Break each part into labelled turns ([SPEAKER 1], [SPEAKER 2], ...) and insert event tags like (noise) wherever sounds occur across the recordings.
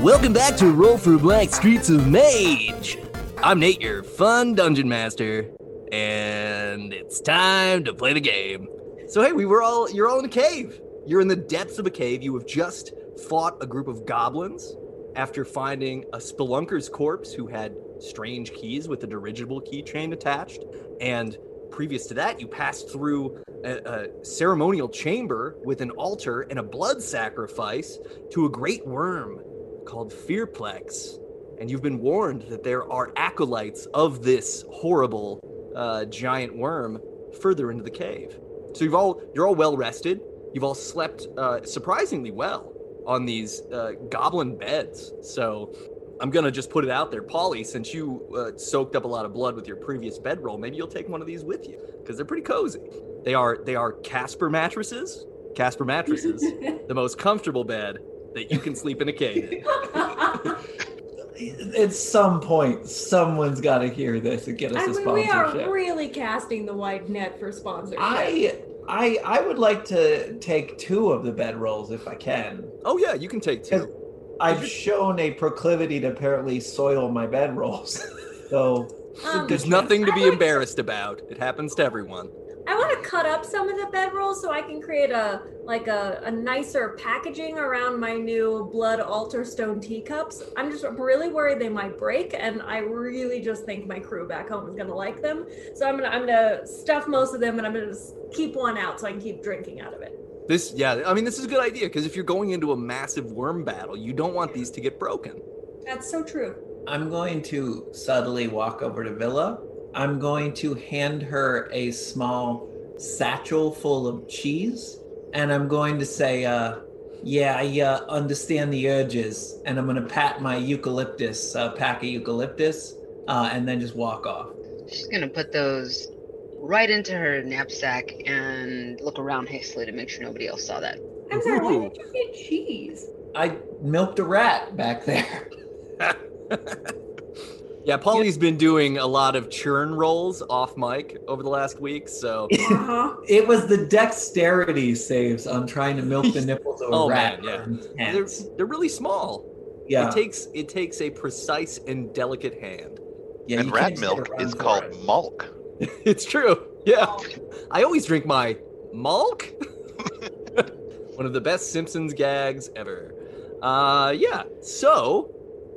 [SPEAKER 1] Welcome back to Roll for Black Streets of Mage. I'm Nate, your fun dungeon master, and it's time to play the game. So hey, we were all you're all in a cave. You're in the depths of a cave. You have just fought a group of goblins after finding a spelunker's corpse who had strange keys with a dirigible keychain attached. And previous to that, you passed through a, a ceremonial chamber with an altar and a blood sacrifice to a great worm called Fearplex. And you've been warned that there are acolytes of this horrible uh, giant worm further into the cave. So you've all you're all well rested. You've all slept uh, surprisingly well on these uh, goblin beds. So I'm gonna just put it out there, Polly. Since you uh, soaked up a lot of blood with your previous bedroll, maybe you'll take one of these with you because they're pretty cozy. They are they are Casper mattresses. Casper
[SPEAKER 2] (laughs)
[SPEAKER 1] mattresses, the most comfortable bed that you can sleep in a cave. in.
[SPEAKER 3] At some point, someone's got to hear this and get us
[SPEAKER 2] I
[SPEAKER 3] a
[SPEAKER 2] mean, we
[SPEAKER 3] sponsorship.
[SPEAKER 2] are really casting the wide net for sponsorship.
[SPEAKER 3] I, I, I would like to take two of the bedrolls if I can.
[SPEAKER 1] Oh yeah, you can take two.
[SPEAKER 3] I've shown a proclivity to apparently soil my bedrolls, (laughs) so
[SPEAKER 2] Um,
[SPEAKER 1] There's nothing to
[SPEAKER 2] I
[SPEAKER 1] be
[SPEAKER 2] would-
[SPEAKER 1] embarrassed about. It happens to everyone.
[SPEAKER 2] I want to cut up some of the bedrolls so I can create a like a, a nicer packaging around my new blood altar stone teacups. I'm just really worried they might break, and I really just think my crew back home is gonna like them. So I'm gonna I'm gonna stuff most of them, and I'm gonna just keep one out so I can keep drinking out of it.
[SPEAKER 1] This yeah, I mean this is a good idea because if you're going into a massive worm battle, you don't want these to get broken.
[SPEAKER 2] That's so true.
[SPEAKER 3] I'm going to subtly walk over to Villa. I'm going to hand her a small satchel full of cheese, and I'm going to say, uh, "Yeah, I uh, understand the urges," and I'm going to pat my eucalyptus, uh, pack of eucalyptus, uh, and then just walk off.
[SPEAKER 4] She's gonna put those right into her knapsack and look around hastily to make sure nobody else saw that.
[SPEAKER 5] I'm sorry, why
[SPEAKER 1] Ooh.
[SPEAKER 5] did you get
[SPEAKER 1] (laughs)
[SPEAKER 5] cheese?
[SPEAKER 3] I milked a rat back there. (laughs)
[SPEAKER 1] Yeah, Polly's been doing a lot of churn rolls off mic over the last week, so
[SPEAKER 2] Uh-huh.
[SPEAKER 3] It was the dexterity saves on trying to milk
[SPEAKER 6] (laughs)
[SPEAKER 3] the nipples of a
[SPEAKER 1] Oh,
[SPEAKER 3] rat.
[SPEAKER 1] man,
[SPEAKER 3] yeah.
[SPEAKER 1] they're, they're really small.
[SPEAKER 3] yeah,
[SPEAKER 1] It takes it takes a precise and delicate hand.
[SPEAKER 3] yeah,
[SPEAKER 6] and
[SPEAKER 3] you
[SPEAKER 6] rat
[SPEAKER 3] can't just
[SPEAKER 6] milk
[SPEAKER 3] run
[SPEAKER 6] is
[SPEAKER 3] for
[SPEAKER 6] called
[SPEAKER 3] it.
[SPEAKER 6] mulk.
[SPEAKER 1] (laughs) It's true. Yeah. I always drink my Malk. (laughs) One of the best Simpsons gags ever. Uh, yeah. So,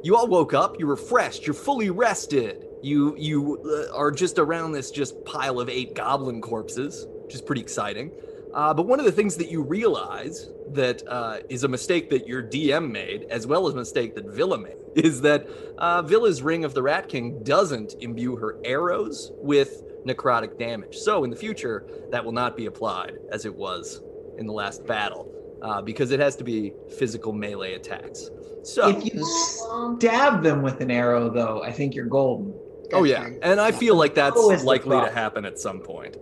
[SPEAKER 1] you all woke up. You're refreshed. You're fully rested. You you uh, are just around this just pile of eight goblin corpses, which is pretty exciting. Uh, but one of the things that you realize that uh, is a mistake that your DM made, as well as a mistake that Villa made, (laughs) is that uh, Villa's Ring of the Rat King doesn't imbue her arrows with necrotic damage. So in the future, that will not be applied as it was in the last battle, uh, because it has to be physical melee attacks. So,
[SPEAKER 3] If you stab them with an arrow, though, I think you're golden.
[SPEAKER 1] oh yeah, and I feel like that's
[SPEAKER 3] Oh, it's the
[SPEAKER 1] likely to
[SPEAKER 3] problem.
[SPEAKER 1] happen at some point.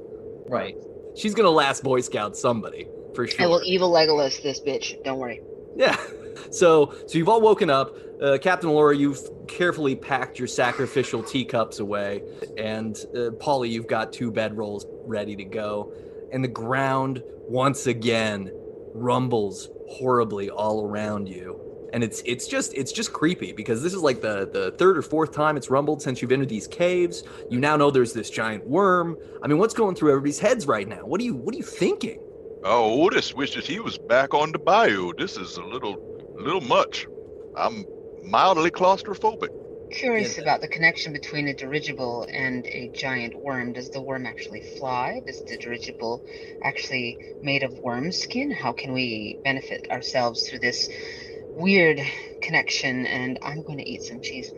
[SPEAKER 3] Right.
[SPEAKER 1] She's gonna last Boy Scout somebody for sure.
[SPEAKER 4] I will evil Legolas this bitch. Don't worry.
[SPEAKER 1] Yeah. (laughs) So, so you've all woken up. Uh, Captain Laura, you've carefully packed your sacrificial teacups away, and uh, Polly, you've got two bedrolls ready to go. And the ground once again rumbles horribly all around you, and it's it's just it's just creepy because this is like the the third or fourth time it's rumbled since you've entered these caves. You now know there's this giant worm. I mean, what's going through everybody's heads right now? What are you what are you thinking?
[SPEAKER 6] Oh, Otis wishes he was back on the bayou. This is a little, little much. I'm mildly claustrophobic.
[SPEAKER 4] Curious
[SPEAKER 3] Yeah.
[SPEAKER 4] about the connection between a dirigible and a giant worm. Does the worm actually fly? Is the dirigible actually made of worm skin? How can we benefit ourselves through this weird connection? And I'm going to eat
[SPEAKER 1] (laughs)
[SPEAKER 4] some cheese.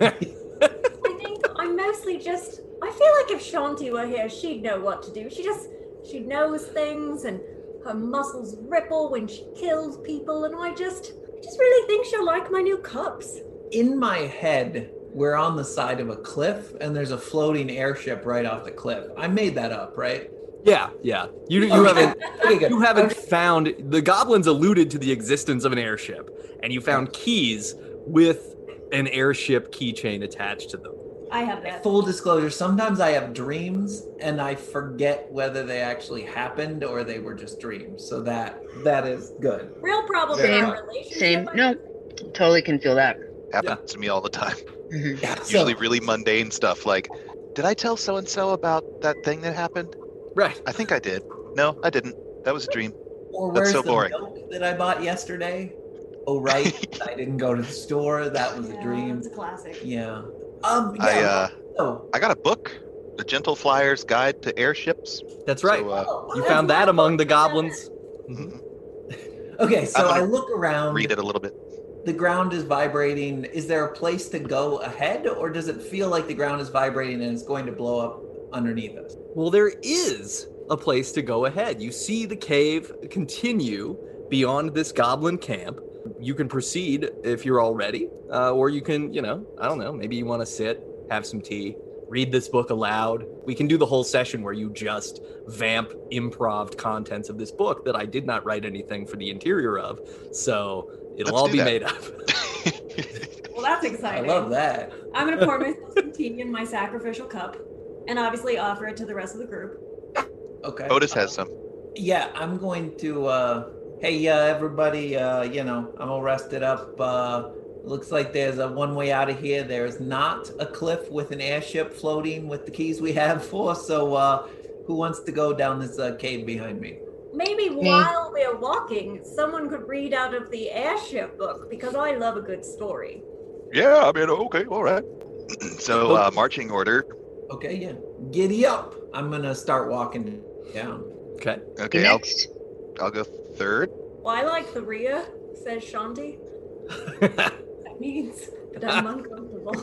[SPEAKER 2] I think I'm mostly just. I feel like if Shanti were here, she'd know what to do. She just she knows things, and her muscles ripple when she kills people. And I just, I just really think she'll like my new cups.
[SPEAKER 3] In my head, we're on the side of a cliff, and there's a floating airship right off the cliff. I made that up, right?
[SPEAKER 1] Yeah, yeah. You you
[SPEAKER 3] Okay.
[SPEAKER 1] haven't
[SPEAKER 3] Okay, good.
[SPEAKER 1] You haven't
[SPEAKER 3] Okay.
[SPEAKER 1] found the goblins alluded to the existence of an airship, and you found keys with an airship keychain attached to them.
[SPEAKER 2] I have that.
[SPEAKER 3] Full disclosure, sometimes I have dreams and I forget whether they actually happened or they were just dreams. So that that is good.
[SPEAKER 2] Real problem in
[SPEAKER 4] Same.
[SPEAKER 2] our relationship.
[SPEAKER 4] Same.
[SPEAKER 2] I
[SPEAKER 4] No,
[SPEAKER 2] guess.
[SPEAKER 4] totally can feel that.
[SPEAKER 5] Happens to me all the time.
[SPEAKER 1] Mm-hmm.
[SPEAKER 4] Mhm.
[SPEAKER 3] Yeah, (laughs) so-
[SPEAKER 5] Usually really mundane stuff like, did I tell so and so about that thing that happened?
[SPEAKER 1] Right.
[SPEAKER 5] I think I did. No, I didn't. That was a dream.
[SPEAKER 3] Or
[SPEAKER 5] That's
[SPEAKER 3] where's
[SPEAKER 5] so
[SPEAKER 3] the
[SPEAKER 5] boring.
[SPEAKER 3] milk that I bought yesterday? Oh
[SPEAKER 5] (laughs)
[SPEAKER 3] right, I didn't go to the store. That was a
[SPEAKER 2] Yeah,
[SPEAKER 3] dream.
[SPEAKER 2] It's a classic.
[SPEAKER 3] Yeah. Um. Yeah. oh.
[SPEAKER 5] I uh,
[SPEAKER 3] so-
[SPEAKER 5] I got a book, The Gentle Flyer's Guide to Airships.
[SPEAKER 1] That's right.
[SPEAKER 5] So, uh,
[SPEAKER 3] oh, Mm-hmm.
[SPEAKER 1] you
[SPEAKER 3] okay.
[SPEAKER 1] found that among the goblins.
[SPEAKER 3] Okay, so I
[SPEAKER 5] gonna
[SPEAKER 3] look around.
[SPEAKER 5] read it a little bit.
[SPEAKER 3] The ground is vibrating. Is there a place to go ahead, or does it feel like the ground is vibrating and it's going to blow up underneath us?
[SPEAKER 1] Well, there is a place to go ahead. You see the cave continue beyond this goblin camp. You can proceed if you're all ready, uh, or you can, you know, I don't know, maybe you want to sit, have some tea, read this book aloud. We can do the whole session where you just vamp improv contents of this book that I did not write anything for the interior of, so it'll
[SPEAKER 5] Let's
[SPEAKER 1] all
[SPEAKER 5] do
[SPEAKER 1] be
[SPEAKER 5] that.
[SPEAKER 1] made up. (laughs)
[SPEAKER 2] Well, that's
[SPEAKER 3] I
[SPEAKER 2] exciting.
[SPEAKER 3] love that.
[SPEAKER 2] I'm gonna pour
[SPEAKER 3] (laughs)
[SPEAKER 2] myself some tea in my sacrificial cup, and obviously offer it to the rest of the group.
[SPEAKER 3] Okay. Uh,
[SPEAKER 5] Otis has some.
[SPEAKER 3] Yeah, I'm going to. Uh, hey, uh, everybody. Uh, you know, I'm all rested up. Uh, looks like there's a one way out of here. There's not a cliff with an airship floating with the keys we have (laughs) for. So, uh, who wants to go down this uh, cave behind me?
[SPEAKER 2] Maybe while we're walking, someone could read out of the airship book because I love a good story.
[SPEAKER 6] Yeah, I mean, okay, all right.
[SPEAKER 5] (clears throat) So, uh, marching order.
[SPEAKER 3] Okay. Yeah. Giddy up. I'm gonna start walking down.
[SPEAKER 1] Okay.
[SPEAKER 5] Okay, I'll,
[SPEAKER 4] Next.
[SPEAKER 5] I'll go third.
[SPEAKER 2] Well, I like the Rhea, says Shanti. That means that I'm uncomfortable.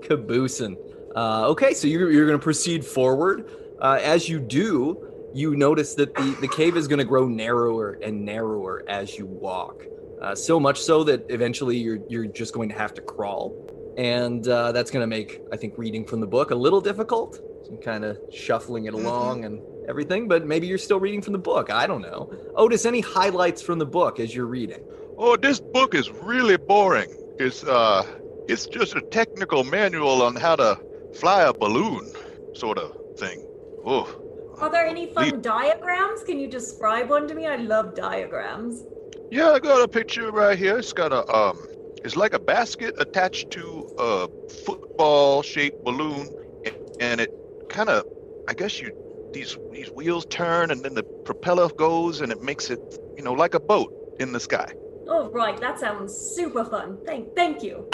[SPEAKER 1] Caboosin. Uh, okay, so you're, you're going to proceed forward. Uh, as you do, you notice that the, the cave is going to grow narrower and narrower as you walk. Uh, so much so that eventually you're, you're just going to have to crawl. And uh, that's going to make, I think, reading from the book a little difficult. So kind of shuffling it along and everything, but maybe you're still reading from the book. I don't know. Otis, any highlights from the book as you're reading?
[SPEAKER 6] Oh, this book is really boring. It's uh, it's just a technical manual on how to fly a balloon, sort of thing. Oh,
[SPEAKER 2] Are there any
[SPEAKER 6] Leap.
[SPEAKER 2] fun diagrams? Can you describe one to me? I love diagrams.
[SPEAKER 6] Yeah, I got a picture right here. It's got a um, it's like a basket attached to a football-shaped balloon, a- and it kind of, I guess you these these wheels turn, and then the propeller goes, and it makes it, you know, like a boat in the sky.
[SPEAKER 2] Oh, right. That sounds super fun. Thank, thank you. (laughs)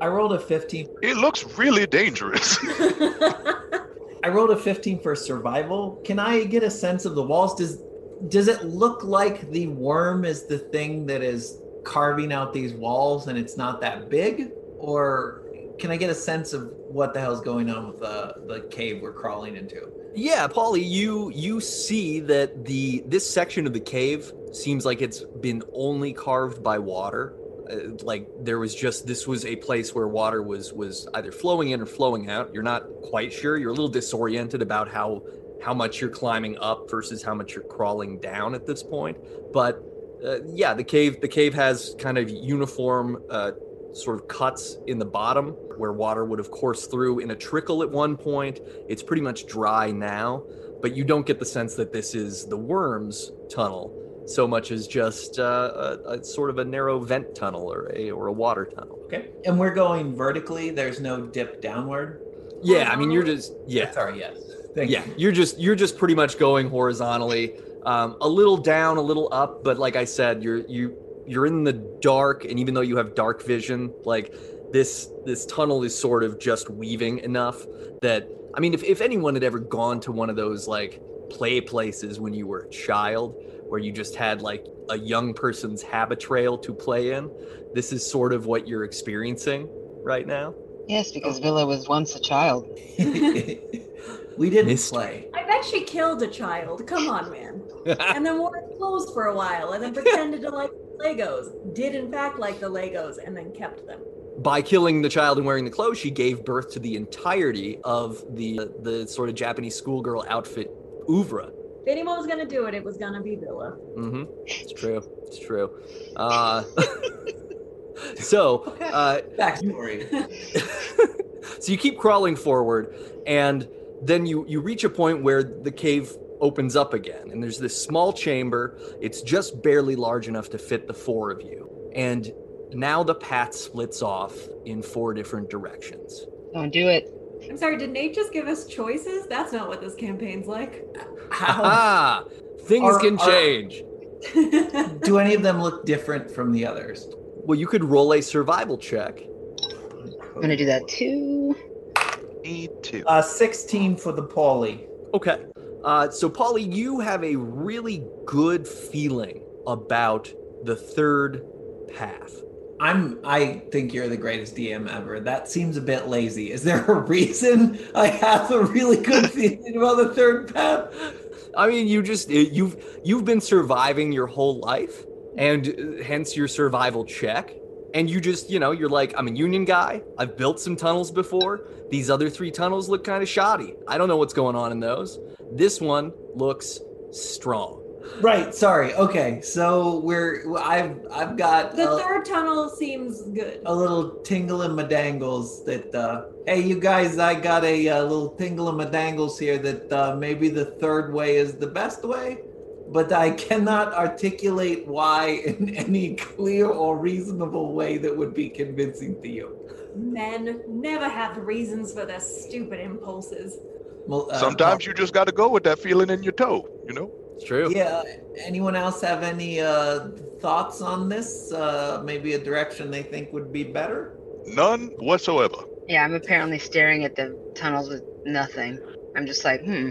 [SPEAKER 3] I rolled a 15.
[SPEAKER 6] It looks really dangerous.
[SPEAKER 3] I rolled a 15 for survival. Can I get a sense of the walls? Does does it look like the worm is the thing that is carving out these walls and it's not that big? Or can I get a sense of what the hell's going on with the, the cave we're crawling into?
[SPEAKER 1] Yeah, Polly, you you see that the this section of the cave seems like it's been only carved by water. Uh, like there was just this was a place where water was was either flowing in or flowing out. You're not quite sure. You're a little disoriented about how how much you're climbing up versus how much you're crawling down at this point. But uh, yeah, the cave the cave has kind of uniform uh, sort of cuts in the bottom where water would have coursed through in a trickle at one point it's pretty much dry now, but you don't get the sense that this is the worm's tunnel so much as just uh, a, a sort of a narrow vent tunnel or a or a water tunnel.
[SPEAKER 3] Okay. And we're going vertically. There's no dip downward.
[SPEAKER 1] Yeah, I mean you're just yeah
[SPEAKER 3] Sorry, yes. Thank
[SPEAKER 1] yeah
[SPEAKER 3] you.
[SPEAKER 1] you're just you're just pretty much going horizontally, um, a little down, a little up, but like I said, you're you you're in the dark, and even though you have dark vision, like this this tunnel is sort of just weaving enough that I mean, if, if anyone had ever gone to one of those like play places when you were a child, where you just had like a young person's habit trail to play in, this is sort of what you're experiencing right now.
[SPEAKER 4] Yes, because Villa was once a child.
[SPEAKER 3] (laughs) we didn't
[SPEAKER 1] Mystery.
[SPEAKER 3] play.
[SPEAKER 2] I bet she killed a child. Come on, man. And then wore it clothes for a while and then pretended to like Legos. Did, in fact, like the Legos and then kept them.
[SPEAKER 1] By killing the child and wearing the clothes, she gave birth to the entirety of the the sort of Japanese schoolgirl outfit oeuvre.
[SPEAKER 2] If anyone was going to do it, it was going to be Villa.
[SPEAKER 1] Mm-hmm. It's true. It's true. Uh, (laughs) So,
[SPEAKER 3] Okay.
[SPEAKER 1] uh, (laughs)
[SPEAKER 3] Backstory.
[SPEAKER 1] so you keep crawling forward and then you you reach a point where the cave opens up again and there's this small chamber it's just barely large enough to fit the four of you and now the path splits off in four different directions
[SPEAKER 4] Don't do it.
[SPEAKER 2] I'm sorry, did Nate just give us choices? That's not what this campaign's like.
[SPEAKER 1] (laughs)
[SPEAKER 3] How
[SPEAKER 1] Aha! things
[SPEAKER 3] Are-
[SPEAKER 1] can
[SPEAKER 3] are-
[SPEAKER 1] change
[SPEAKER 3] do any of them look different from the others?
[SPEAKER 1] well you could roll a survival check
[SPEAKER 4] I'm gonna do that too.
[SPEAKER 5] (laughs) Me too.
[SPEAKER 3] Uh, 16 for the Paulie.
[SPEAKER 1] Okay. Uh, so, Polly, you have a really good feeling about the third path.
[SPEAKER 3] I'm. I think you're the greatest DM ever. That seems a bit lazy. Is there a reason I have a really good feeling about the third path?
[SPEAKER 1] I mean, you just uh, you've you've been surviving your whole life, and uh, hence your survival check. And you just you know you're like I'm a union guy. I've built some tunnels before. These other three tunnels look kind of shoddy. I don't know what's going on in those. This one looks strong.
[SPEAKER 3] Right. Sorry. Okay. So we're. I've. I've got uh,
[SPEAKER 2] The
[SPEAKER 3] a,
[SPEAKER 2] third tunnel seems good.
[SPEAKER 3] a little tingle in my dangles. That. Uh, hey, you guys. I got a, uh little tingle in my dangles here. That uh, maybe the third way is the best way, but I cannot articulate why in (laughs) any clear or reasonable way that would be convincing to you.
[SPEAKER 2] Men never have reasons for their stupid impulses.
[SPEAKER 3] Well, uh,
[SPEAKER 6] Sometimes you just got to go with that feeling in your toe, you know?
[SPEAKER 1] It's true.
[SPEAKER 3] Yeah. Anyone else have any uh, thoughts on this? Uh, maybe a direction they think would be better?
[SPEAKER 6] None whatsoever.
[SPEAKER 4] Yeah, I'm apparently staring at the tunnels with nothing. I'm just like, hmm.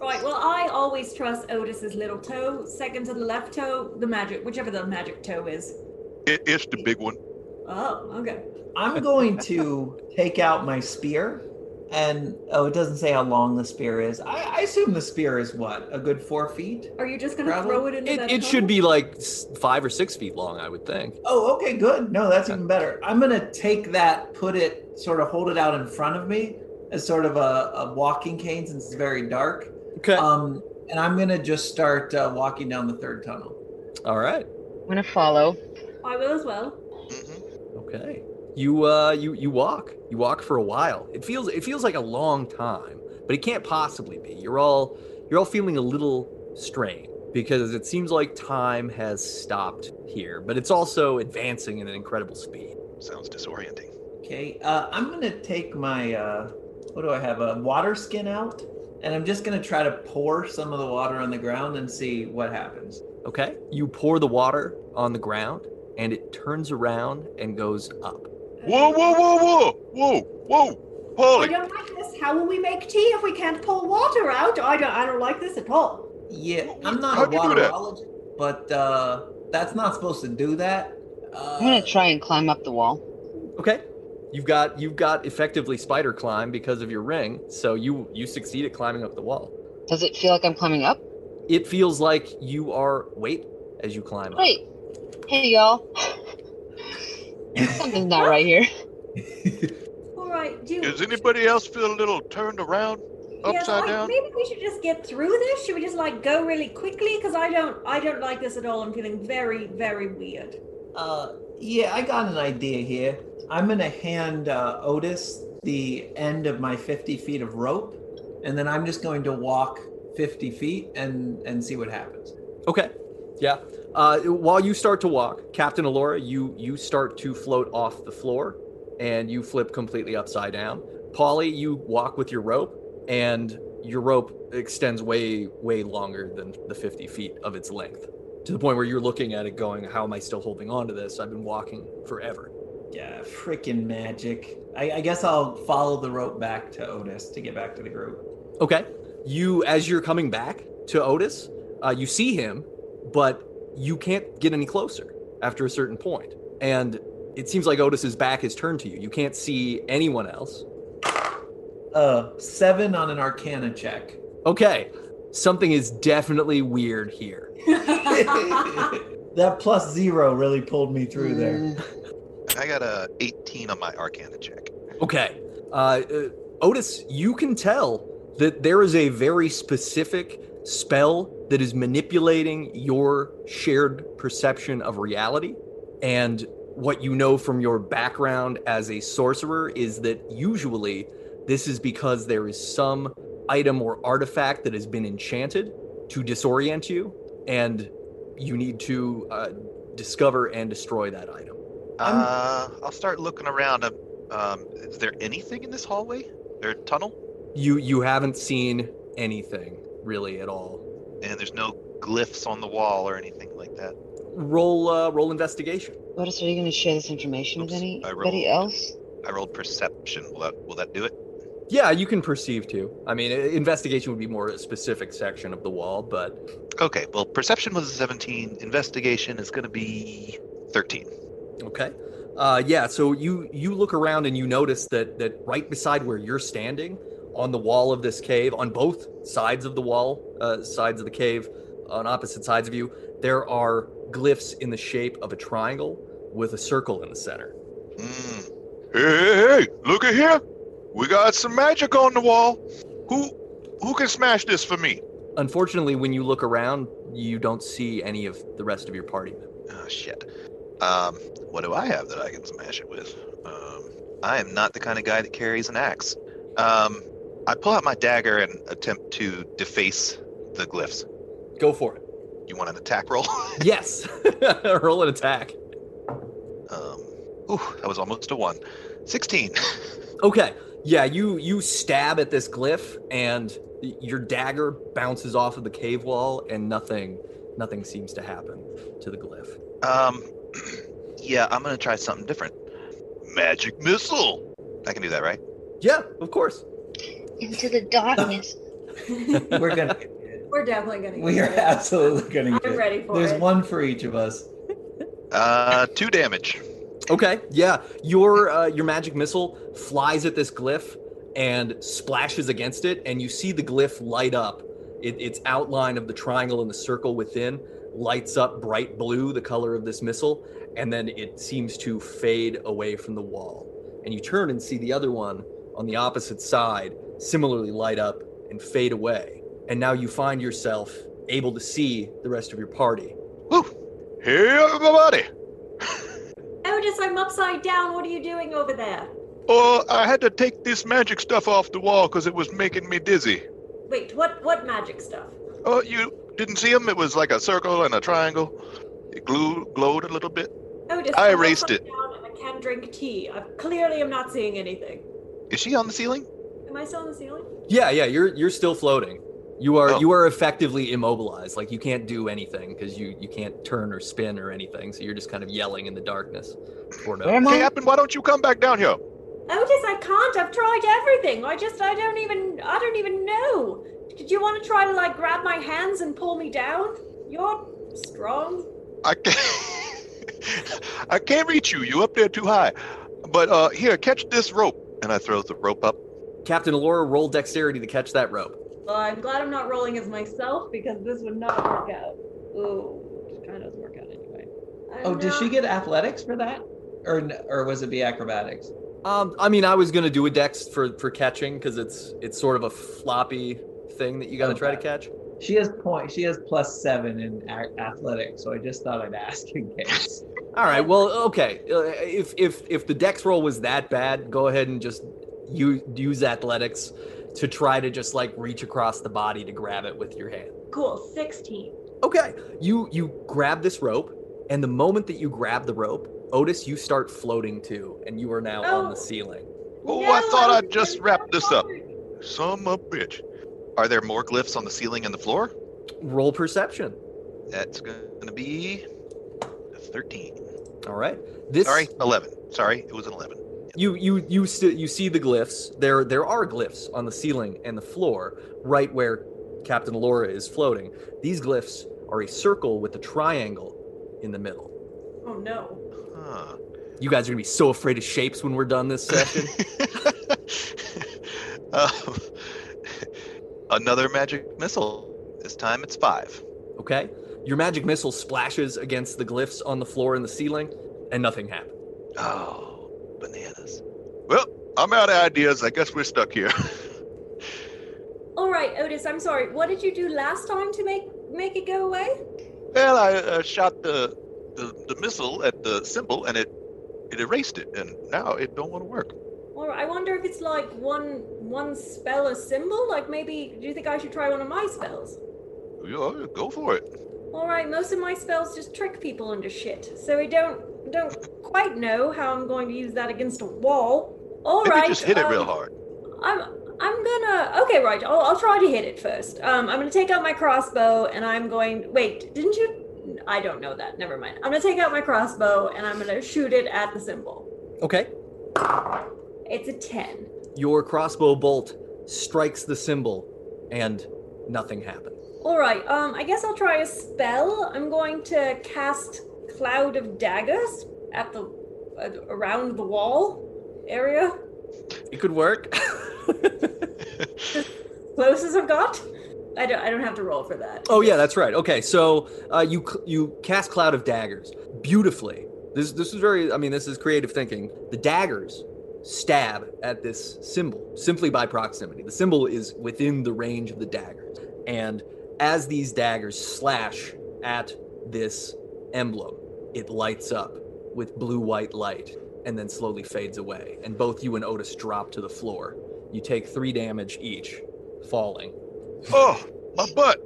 [SPEAKER 2] Right, well, I always trust Otis's little toe, second to the left toe, the magic, whichever the magic toe is.
[SPEAKER 6] It, it's the big one.
[SPEAKER 2] Oh, okay.
[SPEAKER 3] I'm going to take out my spear. And oh, it doesn't say how long the spear is. I, I assume the spear is what? A good four feet?
[SPEAKER 2] Are you just going to
[SPEAKER 3] Gravel?
[SPEAKER 2] throw it into
[SPEAKER 1] It,
[SPEAKER 2] that
[SPEAKER 1] it
[SPEAKER 2] tunnel?
[SPEAKER 1] should be like s- five or six feet long, I would think.
[SPEAKER 3] Oh, okay, good. No, that's even better. I'm going to take that, put it, sort of hold it out in front of me as sort of a, a walking cane since it's very dark.
[SPEAKER 1] Okay.
[SPEAKER 3] Um, and I'm going to just start uh, walking down the third tunnel.
[SPEAKER 1] All right.
[SPEAKER 4] I'm gonna follow.
[SPEAKER 2] I will as well.
[SPEAKER 5] Mm-hmm.
[SPEAKER 6] Mhm.
[SPEAKER 1] Okay. You uh you you walk. You walk for a while. It feels it feels like a long time, but it can't possibly be. You're all you're all feeling a little strained because it seems like time has stopped here, but it's also advancing at an incredible speed.
[SPEAKER 6] Sounds disorienting.
[SPEAKER 3] Okay, uh, I'm gonna take my uh, what do I have? A water skin out, and I'm just gonna try to pour some of the water on the ground and see what happens.
[SPEAKER 1] Okay? You pour the water on the ground and it turns around and goes up.
[SPEAKER 6] Whoa, whoa, whoa, whoa, whoa, whoa,
[SPEAKER 2] I
[SPEAKER 6] Polly.
[SPEAKER 2] don't like this. How will we make tea if we can't pour water out? I don't. I don't like this at all.
[SPEAKER 3] Yeah,
[SPEAKER 6] Wh-
[SPEAKER 3] I'm not
[SPEAKER 6] how'd
[SPEAKER 3] a
[SPEAKER 6] you do that?
[SPEAKER 3] waterologist, but uh, that's not supposed to do that. Uh,
[SPEAKER 4] I'm gonna try and climb up the wall.
[SPEAKER 1] Okay? You've got you've got effectively spider climb because of your ring, so you you succeed at climbing up the wall.
[SPEAKER 4] Does it feel like I'm climbing up?
[SPEAKER 1] It feels like you are weight as you climb up.
[SPEAKER 4] Great. Hey y'all. (laughs) Something's not right here.
[SPEAKER 2] All right. Do
[SPEAKER 6] Does anybody else feel a little turned around,
[SPEAKER 2] Yeah,
[SPEAKER 6] upside
[SPEAKER 2] like,
[SPEAKER 6] down?
[SPEAKER 2] Maybe we should just get through this. Should we just like go really quickly? Because I don't. I don't like this at all. I'm feeling very, very
[SPEAKER 3] (laughs)
[SPEAKER 2] weird.
[SPEAKER 3] uh, yeah, I got an idea here. I'm gonna hand uh, Otis the end of my 50 feet of rope, and then I'm just going to walk 50 feet and and see what happens.
[SPEAKER 1] Okay. Yeah. Uh, while you start to walk, Captain Alora, you you start to float off the floor, and you flip completely upside down. Polly, you walk with your rope, and your rope extends way way longer than the 50 feet of its length, to the point where you're looking at it going, "How am I still holding on to this? I've been walking forever."
[SPEAKER 3] Yeah, freaking magic. I, I guess I'll follow the rope back to Otis to get back to the group.
[SPEAKER 1] Okay. You, as you're coming back to Otis, uh, you see him, but you can't get any closer after a certain point. And it seems like Otis's back is turned to you. You can't see anyone else.
[SPEAKER 3] Uh, seven on an Arcana check. (laughs)
[SPEAKER 1] Okay. Something is definitely weird here.
[SPEAKER 3] that plus zero really pulled me (laughs) through there.
[SPEAKER 4] Mm,
[SPEAKER 5] I got a 18 on my Arcana check.
[SPEAKER 1] Okay. Uh, uh, Otis, you can tell that there is a very specific spell that is manipulating your shared perception of reality. And what you know from your background as a sorcerer is that usually this is because there is some item or artifact that has been enchanted to disorient you, and you need to uh, discover and destroy that item.
[SPEAKER 5] Uh, I'll start looking around. Um, Um, is there anything in this hallway or tunnel?
[SPEAKER 1] You you haven't seen anything really at all.
[SPEAKER 5] And there's no glyphs on the wall or anything like that.
[SPEAKER 1] Roll uh, roll investigation.
[SPEAKER 4] Lotus, are you going to share this information
[SPEAKER 5] Oops,
[SPEAKER 4] with
[SPEAKER 5] I
[SPEAKER 4] anybody
[SPEAKER 5] rolled.
[SPEAKER 4] else?
[SPEAKER 5] I rolled perception. Will that will that do it?
[SPEAKER 1] Yeah, you can perceive too. I mean, i- investigation would be more a specific section of the wall, but
[SPEAKER 5] Okay. Well, perception was a 17. Investigation is going to be 13.
[SPEAKER 1] okay. Uh, yeah, so you you look around and you notice that that right beside where you're standing on the wall of this cave, on both sides of the wall, uh, sides of the cave, on opposite sides of you, there are glyphs in the shape of a triangle with a circle in the center.
[SPEAKER 5] Mm.
[SPEAKER 6] Hey, hey, hey, look at here. We got some magic on the wall. Who who can smash this for me?
[SPEAKER 1] Unfortunately, when you look around, you don't see any of the rest of your party.
[SPEAKER 5] Oh shit. Um, what do I have that I can smash it with? Um, I am not the kind of guy that carries an axe. Um, I pull out my dagger and attempt to deface the glyphs.
[SPEAKER 1] Go for it.
[SPEAKER 5] You want an attack roll? (laughs)
[SPEAKER 1] Yes. (laughs) Roll an attack.
[SPEAKER 5] Um, ooh, that was almost a one. 16.
[SPEAKER 1] Okay. Yeah, you you stab at this glyph and y- your dagger bounces off of the cave wall and nothing nothing seems to happen to the glyph.
[SPEAKER 6] (clears throat)
[SPEAKER 5] Um, yeah, I'm gonna try something different.
[SPEAKER 6] Magic missile.
[SPEAKER 5] I can do that, right?
[SPEAKER 1] Yeah, of course.
[SPEAKER 4] Into the darkness.
[SPEAKER 3] We're gonna. get it.
[SPEAKER 2] We're definitely gonna.
[SPEAKER 3] We
[SPEAKER 2] (laughs)
[SPEAKER 3] are
[SPEAKER 2] get it.
[SPEAKER 3] absolutely gonna. Get
[SPEAKER 2] I'm
[SPEAKER 3] it.
[SPEAKER 2] ready for
[SPEAKER 3] There's
[SPEAKER 2] it.
[SPEAKER 3] one for each of us.
[SPEAKER 5] Uh, two damage.
[SPEAKER 1] Okay. Yeah, your uh, your magic missile flies at this glyph and splashes against it and you see the glyph light up. It, its outline of the triangle and the circle within lights up bright blue, the color of this missile, and then it seems to fade away from the wall. And you turn and see the other one on the opposite side similarly light up and fade away. And now you find yourself able to see the rest of your party.
[SPEAKER 6] Hey, everybody.
[SPEAKER 2] Otis, I'm upside down. What are you doing over there?
[SPEAKER 6] Oh, I had to take this magic stuff off the wall because it was making me dizzy.
[SPEAKER 2] Wait, what? What magic stuff?
[SPEAKER 6] Oh, you didn't see him? It was like a circle and a triangle. It glue, glowed a little bit.
[SPEAKER 2] Otis,
[SPEAKER 5] I
[SPEAKER 2] I'm
[SPEAKER 5] erased
[SPEAKER 2] upside Down and I can't drink tea. I clearly am not seeing anything.
[SPEAKER 5] Is she on the ceiling?
[SPEAKER 2] Am I still on the ceiling?
[SPEAKER 1] Yeah, yeah, you're you're still floating. You are
[SPEAKER 5] Oh.
[SPEAKER 1] you are effectively immobilized. Like you can't do anything because you you can't turn or spin or anything. So you're just kind of yelling in the darkness. Toward
[SPEAKER 4] Where am
[SPEAKER 6] Hey,
[SPEAKER 4] I?
[SPEAKER 6] Happen, why don't you come back down here?
[SPEAKER 2] Otis, Oh, I can't. I've tried everything. I just, I don't even, I don't even know. Did you want to try to like grab my hands and pull me down? You're strong.
[SPEAKER 6] I can't, (laughs) I can't reach you. You up there too high. But uh, here, catch this rope. And I throw the rope up.
[SPEAKER 1] Captain Alora, roll dexterity to catch that rope.
[SPEAKER 2] Well, I'm glad I'm not rolling as myself because this would not work out. Ooh, it kind of doesn't work out anyway. I'm
[SPEAKER 3] Oh, does she
[SPEAKER 2] not-
[SPEAKER 3] get athletics for that, or n- or was it be acrobatics?
[SPEAKER 1] Um, I mean, I was gonna do a dex for for catching because it's it's sort of a floppy thing that you got to try to catch.
[SPEAKER 3] She has point. She has plus seven in a- athletics, so I just thought I'd ask in case. (laughs)
[SPEAKER 1] All right. Well, okay. Uh, if if if the dex roll was that bad, go ahead and just use use athletics to try to just like reach across the body to grab it with your hand.
[SPEAKER 2] Cool. Sixteen.
[SPEAKER 1] Okay. You you grab this rope, and the moment that you grab the rope, Otis, you start floating too, and you are now on
[SPEAKER 2] Oh.
[SPEAKER 1] the ceiling.
[SPEAKER 6] Oh,
[SPEAKER 2] No,
[SPEAKER 6] I thought
[SPEAKER 2] was
[SPEAKER 6] I'd just
[SPEAKER 2] gonna
[SPEAKER 6] wrap this up.
[SPEAKER 2] try.
[SPEAKER 6] Son of a bitch.
[SPEAKER 5] Are there more glyphs on the ceiling and the floor?
[SPEAKER 1] Roll perception.
[SPEAKER 5] That's gonna be a 13.
[SPEAKER 1] All right. This
[SPEAKER 5] Sorry, 11. Sorry, it was an 11.
[SPEAKER 1] you you you st- you see the glyphs. There there are glyphs on the ceiling and the floor, right where Captain Laura is floating. These glyphs are a circle with a triangle in the middle.
[SPEAKER 2] Oh no.
[SPEAKER 6] (laughs)
[SPEAKER 5] Huh.
[SPEAKER 1] You guys are gonna be so afraid of shapes when we're done this (laughs) session.
[SPEAKER 6] (laughs)
[SPEAKER 5] um, another magic missile. This time it's five.
[SPEAKER 1] okay. Your magic missile splashes against the glyphs on the floor and the ceiling, and nothing happens.
[SPEAKER 5] Oh, bananas.
[SPEAKER 6] Well, I'm out of ideas. I guess we're stuck here. (laughs)
[SPEAKER 2] All right, Otis. I'm sorry. What did you do last time to make make it go away?
[SPEAKER 6] well, I uh, shot the, the the missile at the symbol, and it It erased it, and now it don't want to work.
[SPEAKER 2] Or I wonder if it's like one one spell a symbol. Like maybe do you think I should try one of my spells?
[SPEAKER 6] You are- go for it.
[SPEAKER 2] All right, most of my spells just trick people into shit, so we don't don't quite know how I'm going to use that against a wall. All right,
[SPEAKER 6] Maybe just hit it real
[SPEAKER 2] um,
[SPEAKER 6] hard.
[SPEAKER 2] I'm I'm gonna okay, right. I'll, I'll try to hit it first. Um, I'm gonna take out my crossbow and I'm going. Wait, didn't you? I don't know that. Never mind. I'm gonna take out my crossbow and I'm gonna shoot it at the symbol.
[SPEAKER 1] Okay.
[SPEAKER 2] It's a ten.
[SPEAKER 1] Your crossbow bolt strikes the symbol, and nothing happens.
[SPEAKER 2] All right. Um, I guess I'll try a spell. I'm going to cast cloud of daggers at the uh, around the wall area.
[SPEAKER 1] It could work. (laughs)
[SPEAKER 2] Closest I've got. I don't. I don't have to roll for that.
[SPEAKER 1] oh yeah, that's right. Okay, so uh, you cl- you cast cloud of daggers beautifully. This this is very. I mean, this is creative thinking. The daggers stab at this symbol simply by proximity. The symbol is within the range of the daggers, and as these daggers slash at this emblem, it lights up with blue white light and then slowly fades away. And both you and Otis drop to the floor. You take three damage each, falling.
[SPEAKER 6] Oh, my butt.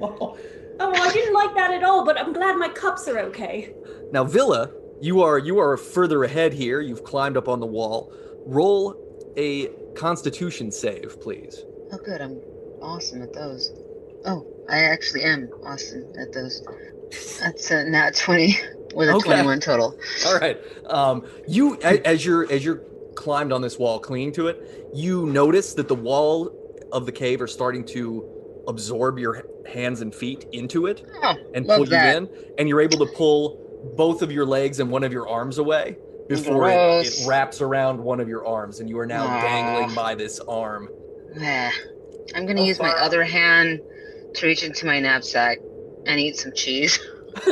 [SPEAKER 2] Oh, well, I didn't like that at all, but I'm glad my cups
[SPEAKER 1] (laughs)
[SPEAKER 2] are okay.
[SPEAKER 1] Now, Villa, you are you are further ahead here. You've climbed up on the wall. Roll a Constitution save, please. (laughs)
[SPEAKER 4] Oh, good. I'm awesome at those. Oh, I actually am awesome at those. That's a nat 20 (laughs) with a
[SPEAKER 1] Okay.
[SPEAKER 4] 21 total.
[SPEAKER 1] All right. Um, you a- as you're as you're climbed on this wall, clinging to it, you notice that the wall of the cave are starting to absorb your h- hands and feet into it
[SPEAKER 4] Oh,
[SPEAKER 1] and
[SPEAKER 4] love
[SPEAKER 1] pull
[SPEAKER 4] that.
[SPEAKER 1] you in, and you're able to pull both of your legs and one of your arms away before it, it
[SPEAKER 4] Gross.
[SPEAKER 1] wraps around one of your arms, and you are now
[SPEAKER 4] Ah.
[SPEAKER 1] dangling by this arm.
[SPEAKER 4] Yeah. I'm going to
[SPEAKER 3] How
[SPEAKER 4] use my
[SPEAKER 3] far-
[SPEAKER 4] other hand to reach into my knapsack and eat some cheese. (laughs)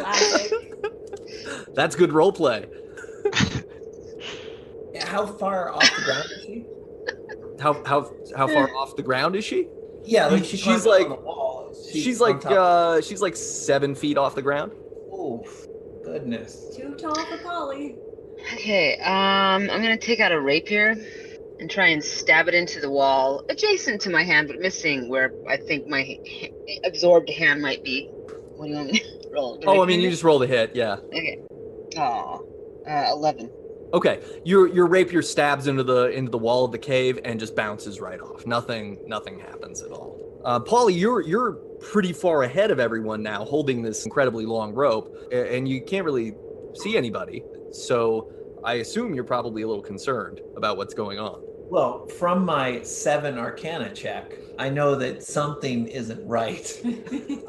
[SPEAKER 2] Classic.
[SPEAKER 1] That's good role play.
[SPEAKER 3] How far off the ground is she?
[SPEAKER 1] How how how far off the ground is she?
[SPEAKER 3] Yeah, like she
[SPEAKER 1] She's
[SPEAKER 3] climbed up
[SPEAKER 1] like-
[SPEAKER 3] on the wall.
[SPEAKER 1] she's
[SPEAKER 3] on
[SPEAKER 1] like
[SPEAKER 3] top.
[SPEAKER 1] uh she's like seven feet off the ground.
[SPEAKER 3] Oh, goodness.
[SPEAKER 2] Too tall for Polly.
[SPEAKER 4] Okay, um, I'm going to take out a rapier and try and stab it into the wall adjacent to my hand, but missing where I think my h- absorbed hand might be. What do you want me to (laughs) roll?
[SPEAKER 1] Oh, I mean
[SPEAKER 4] Rapier?
[SPEAKER 1] you just rolled a hit, yeah.
[SPEAKER 4] Okay. Aw. Uh, 11.
[SPEAKER 1] Okay. Your your rapier stabs into the into the wall of the cave and just bounces right off. Nothing nothing happens at all. Uh, Polly, you're you're pretty far ahead of everyone now, holding this incredibly long rope, a- and you can't really see anybody. So I assume you're probably a little concerned about what's going on.
[SPEAKER 3] Well, from my seven arcana check, I know that something isn't right.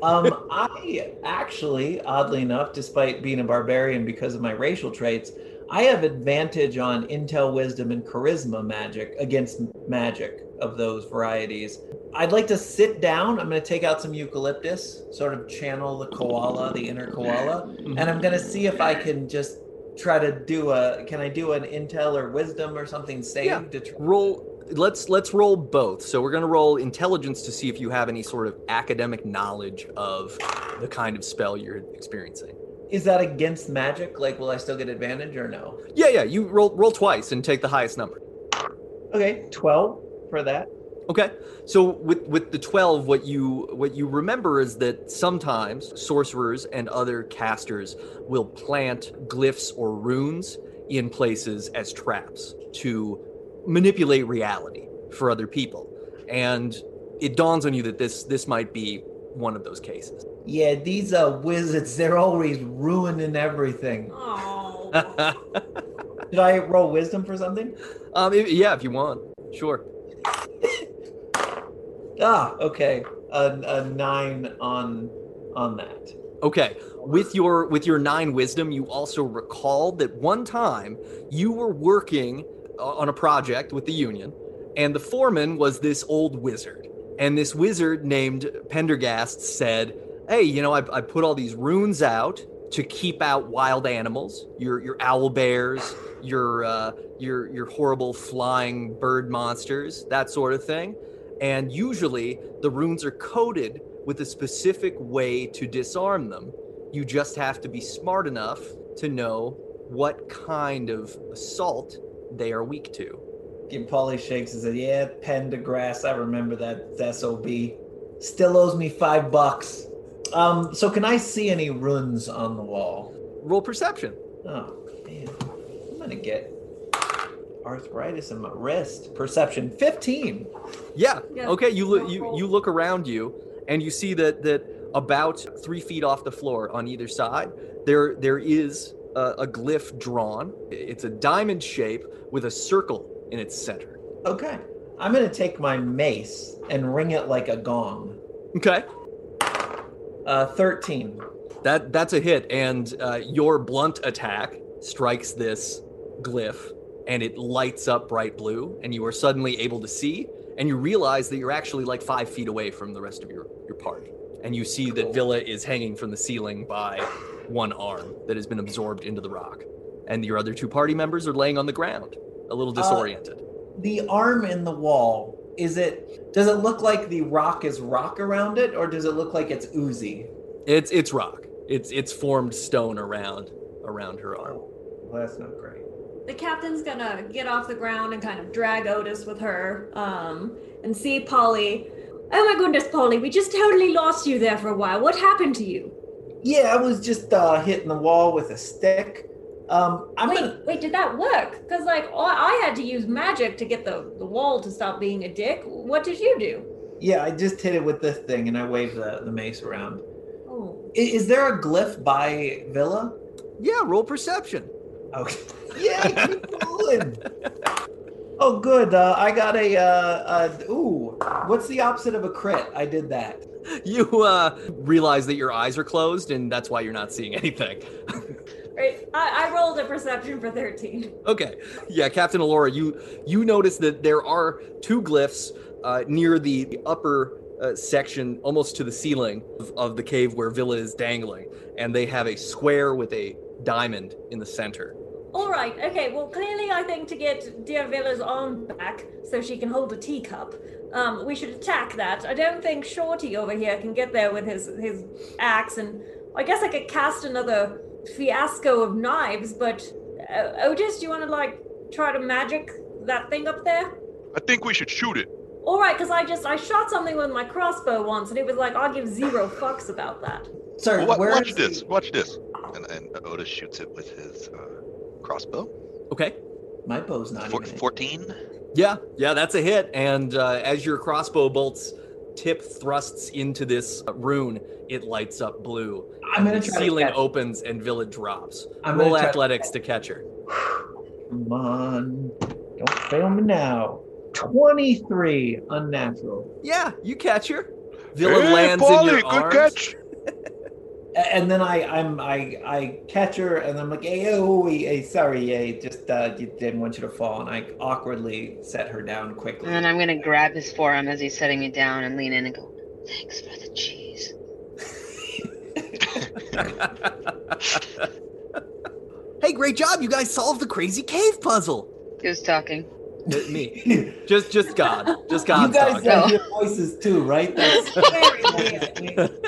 [SPEAKER 3] um, I actually, oddly enough, despite being a barbarian because of my racial traits, I have advantage on intel, wisdom, and charisma magic against magic of those varieties. I'd like to sit down. I'm going to take out some eucalyptus, sort of channel the koala, the inner koala,
[SPEAKER 1] Mm-hmm.
[SPEAKER 3] and I'm going to see if I can just try to do a. Can I do an intel or wisdom or something save
[SPEAKER 1] Yeah.
[SPEAKER 3] to try?
[SPEAKER 1] roll let's let's roll both so we're going to roll intelligence to see if you have any sort of academic knowledge of the kind of spell you're experiencing
[SPEAKER 3] Is that against magic? Like, will I still get advantage or no?
[SPEAKER 1] yeah yeah you roll roll twice and take the highest number
[SPEAKER 3] Okay, twelve for that.
[SPEAKER 1] Okay. So with with the 12 what you what you remember is that sometimes sorcerers and other casters will plant glyphs or runes in places as traps to manipulate reality for other people. And it dawns on you that this this might be one of those cases. (laughs)
[SPEAKER 3] Yeah, these uh, wizards, they're always ruining everything.
[SPEAKER 1] (laughs)
[SPEAKER 2] Oh.
[SPEAKER 1] um
[SPEAKER 3] Did I roll wisdom for something?
[SPEAKER 1] if- yeah, if you want. Sure.
[SPEAKER 3] Ah, okay. A, a nine on on that.
[SPEAKER 1] Okay, with your with your nine wisdom, you also recall that one time you were working o- on a project with the union, and the foreman was this old wizard. And this wizard named Pendergast said, "Hey, you know, I, I put all these runes out to keep out wild animals, your your owl bears, your uh, your your horrible flying bird monsters, that sort of thing. And usually, the runes are coded with a specific way to disarm them. You just have to be smart enough to know what kind of assault they are weak to.
[SPEAKER 3] And Polly shakes and says, Yeah, Pendergrass, I remember that it's SOB. Still owes me five bucks. Um, so can I see any runes on the wall?
[SPEAKER 1] Roll perception.
[SPEAKER 3] Oh man. I'm gonna get arthritis in my wrist. Perception fifteen.
[SPEAKER 1] Yeah.
[SPEAKER 2] Yeah,
[SPEAKER 1] Okay. You look.
[SPEAKER 2] no
[SPEAKER 1] You
[SPEAKER 2] roll.
[SPEAKER 1] you look around you, and you see that that about three feet off the floor on either side, there there is a, a glyph drawn. It's a diamond shape with a circle in its center.
[SPEAKER 3] Okay. I'm gonna take my mace and ring it like a gong.
[SPEAKER 1] Okay.
[SPEAKER 3] Uh thirteen.
[SPEAKER 1] That that's a hit, and uh, your blunt attack strikes this glyph, and it lights up bright blue, and you are suddenly able to see, and you realize that you're actually like five feet away from the rest of your your party, and you see that
[SPEAKER 3] Cool.
[SPEAKER 1] Villa is hanging from the ceiling by one arm that has been absorbed into the rock, and your other two party members are laying on the ground, a little
[SPEAKER 3] Uh,
[SPEAKER 1] disoriented.
[SPEAKER 3] The arm in the wall, is it does it look like the rock is rock around it, or does it look like it's oozy?
[SPEAKER 1] it's it's rock. It's it's formed stone around around her arm.
[SPEAKER 3] Oh, Well, that's not great.
[SPEAKER 2] The captain's gonna get off the ground and kind of drag Otis with her um, and see Polly. Oh my goodness, Polly, we just totally lost you there for a while. What happened to you?
[SPEAKER 3] Yeah, I was just uh, hitting the wall with a stick. Um, I'm
[SPEAKER 2] wait,
[SPEAKER 3] gonna.
[SPEAKER 2] wait, did that work? Because, like, all, I had to use magic to get the, the wall to stop being a dick. What did you do?
[SPEAKER 3] Yeah, I just hit it with this thing, and I waved the, the mace around.
[SPEAKER 2] Oh,
[SPEAKER 3] I- Is, there a glyph by Villa?
[SPEAKER 1] Yeah, roll perception.
[SPEAKER 3] Okay. (laughs) Yeah, keep rolling. Oh, good. Uh, I got a. Uh, uh, ooh, what's the opposite of a crit? I did that.
[SPEAKER 1] You uh, realize that your eyes are closed, and that's why you're not seeing anything. (laughs)
[SPEAKER 2] right. I, I rolled a perception for 13.
[SPEAKER 1] Okay, yeah, Captain Alora, you you notice that there are two glyphs uh, near the upper uh, section, almost to the ceiling of, of the cave where Villa is dangling, and they have a square with a diamond in the center.
[SPEAKER 2] All right, okay, well, clearly, I think to get Dear Villa's arm back so she can hold a teacup, um, we should attack that. I don't think Shorty over here can get there with his, his axe, and I guess I could cast another fiasco of knives, but uh, Otis, do you want to, like, try to magic that thing up there?
[SPEAKER 6] I think we should shoot it.
[SPEAKER 2] All right, because I just I shot something with my crossbow once, and it was like I'll give zero fucks about that.
[SPEAKER 3] Sorry,
[SPEAKER 6] Wa-
[SPEAKER 3] where
[SPEAKER 6] watch
[SPEAKER 3] is
[SPEAKER 6] this.
[SPEAKER 3] the-
[SPEAKER 6] Watch this. And, and Otis shoots it with his uh, crossbow.
[SPEAKER 1] Okay,
[SPEAKER 3] my bow's not
[SPEAKER 5] Four-
[SPEAKER 3] even.
[SPEAKER 5] 14?
[SPEAKER 1] yeah, yeah, that's a hit, and uh, as your crossbow bolts tip thrusts into this uh, rune, it lights up blue.
[SPEAKER 3] I'm
[SPEAKER 1] and
[SPEAKER 3] gonna
[SPEAKER 1] the
[SPEAKER 3] try. to
[SPEAKER 1] ceiling
[SPEAKER 3] catch-
[SPEAKER 1] opens and Villa drops.
[SPEAKER 3] I'm gonna
[SPEAKER 1] Roll
[SPEAKER 3] try to-
[SPEAKER 1] athletics to catch her.
[SPEAKER 3] Come on. Don't fail me now. 23 unnatural.
[SPEAKER 1] Yeah, you catch her. Villa
[SPEAKER 6] hey,
[SPEAKER 1] lands
[SPEAKER 6] Polly,
[SPEAKER 1] in your
[SPEAKER 6] good
[SPEAKER 1] arms.
[SPEAKER 6] catch.
[SPEAKER 3] A- And then I I'm I I catch her and I'm like, hey, oh, hey, hey, sorry, hey, just uh you didn't want you to fall and I awkwardly set her down quickly.
[SPEAKER 4] And then I'm gonna grab his forearm as he's setting me down and lean in and go, "Thanks for the cheese."
[SPEAKER 1] hey, great job! You guys solved the crazy cave puzzle.
[SPEAKER 4] Who's talking?
[SPEAKER 1] Hit me.
[SPEAKER 3] (laughs) you
[SPEAKER 1] Just, just God. Just God's
[SPEAKER 3] guys
[SPEAKER 1] talking.
[SPEAKER 3] have
[SPEAKER 4] talking.
[SPEAKER 3] your voices too, right? That's very (laughs) weird.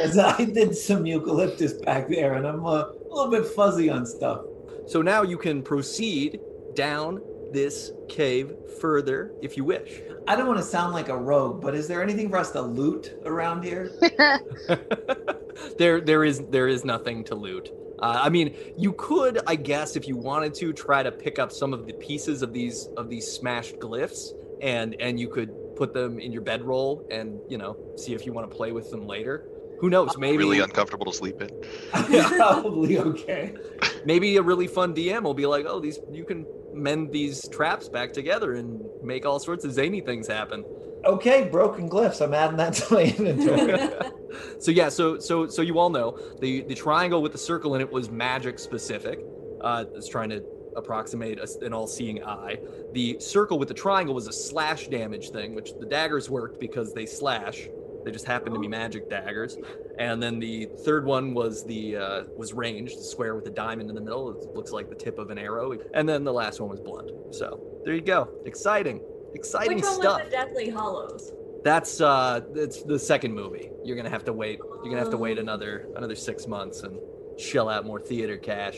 [SPEAKER 3] As I did some eucalyptus back there and I'm uh, a little bit fuzzy on stuff.
[SPEAKER 1] So now you can proceed down this cave further if you wish.
[SPEAKER 3] I don't want to sound like a rogue, but is there anything for us to loot around here? (laughs)
[SPEAKER 1] (laughs) there, there is, there is nothing to loot. Uh, I mean, you could, I guess, if you wanted to, try to pick up some of the pieces of these of these smashed glyphs, and and you could put them in your bedroll, and you know, see if you want to play with them later. Who knows? Maybe
[SPEAKER 5] Really uncomfortable to sleep in.
[SPEAKER 3] Probably okay.
[SPEAKER 1] maybe a really fun DM will be like, "Oh, these you can mend these traps back together and make all sorts of zany things happen."
[SPEAKER 3] Okay, broken glyphs. I'm adding that to my inventory. (laughs)
[SPEAKER 1] So yeah, so so so you all know the the triangle with the circle in it was magic specific. Uh, it's trying to approximate a s an all-seeing eye. The circle with the triangle was a slash damage thing, which the daggers worked because they slash. They just happened to be magic daggers. And then the third one was the uh, was ranged, the square with a diamond in the middle. It looks like the tip of an arrow. And then the last one was blunt. So there you go. Exciting, exciting
[SPEAKER 2] Which one
[SPEAKER 1] stuff.
[SPEAKER 2] was the Deathly Hollows? (laughs)
[SPEAKER 1] That's uh, it's the second movie. You're gonna have to wait. You're gonna have to wait another another six months and shell out more theater cash.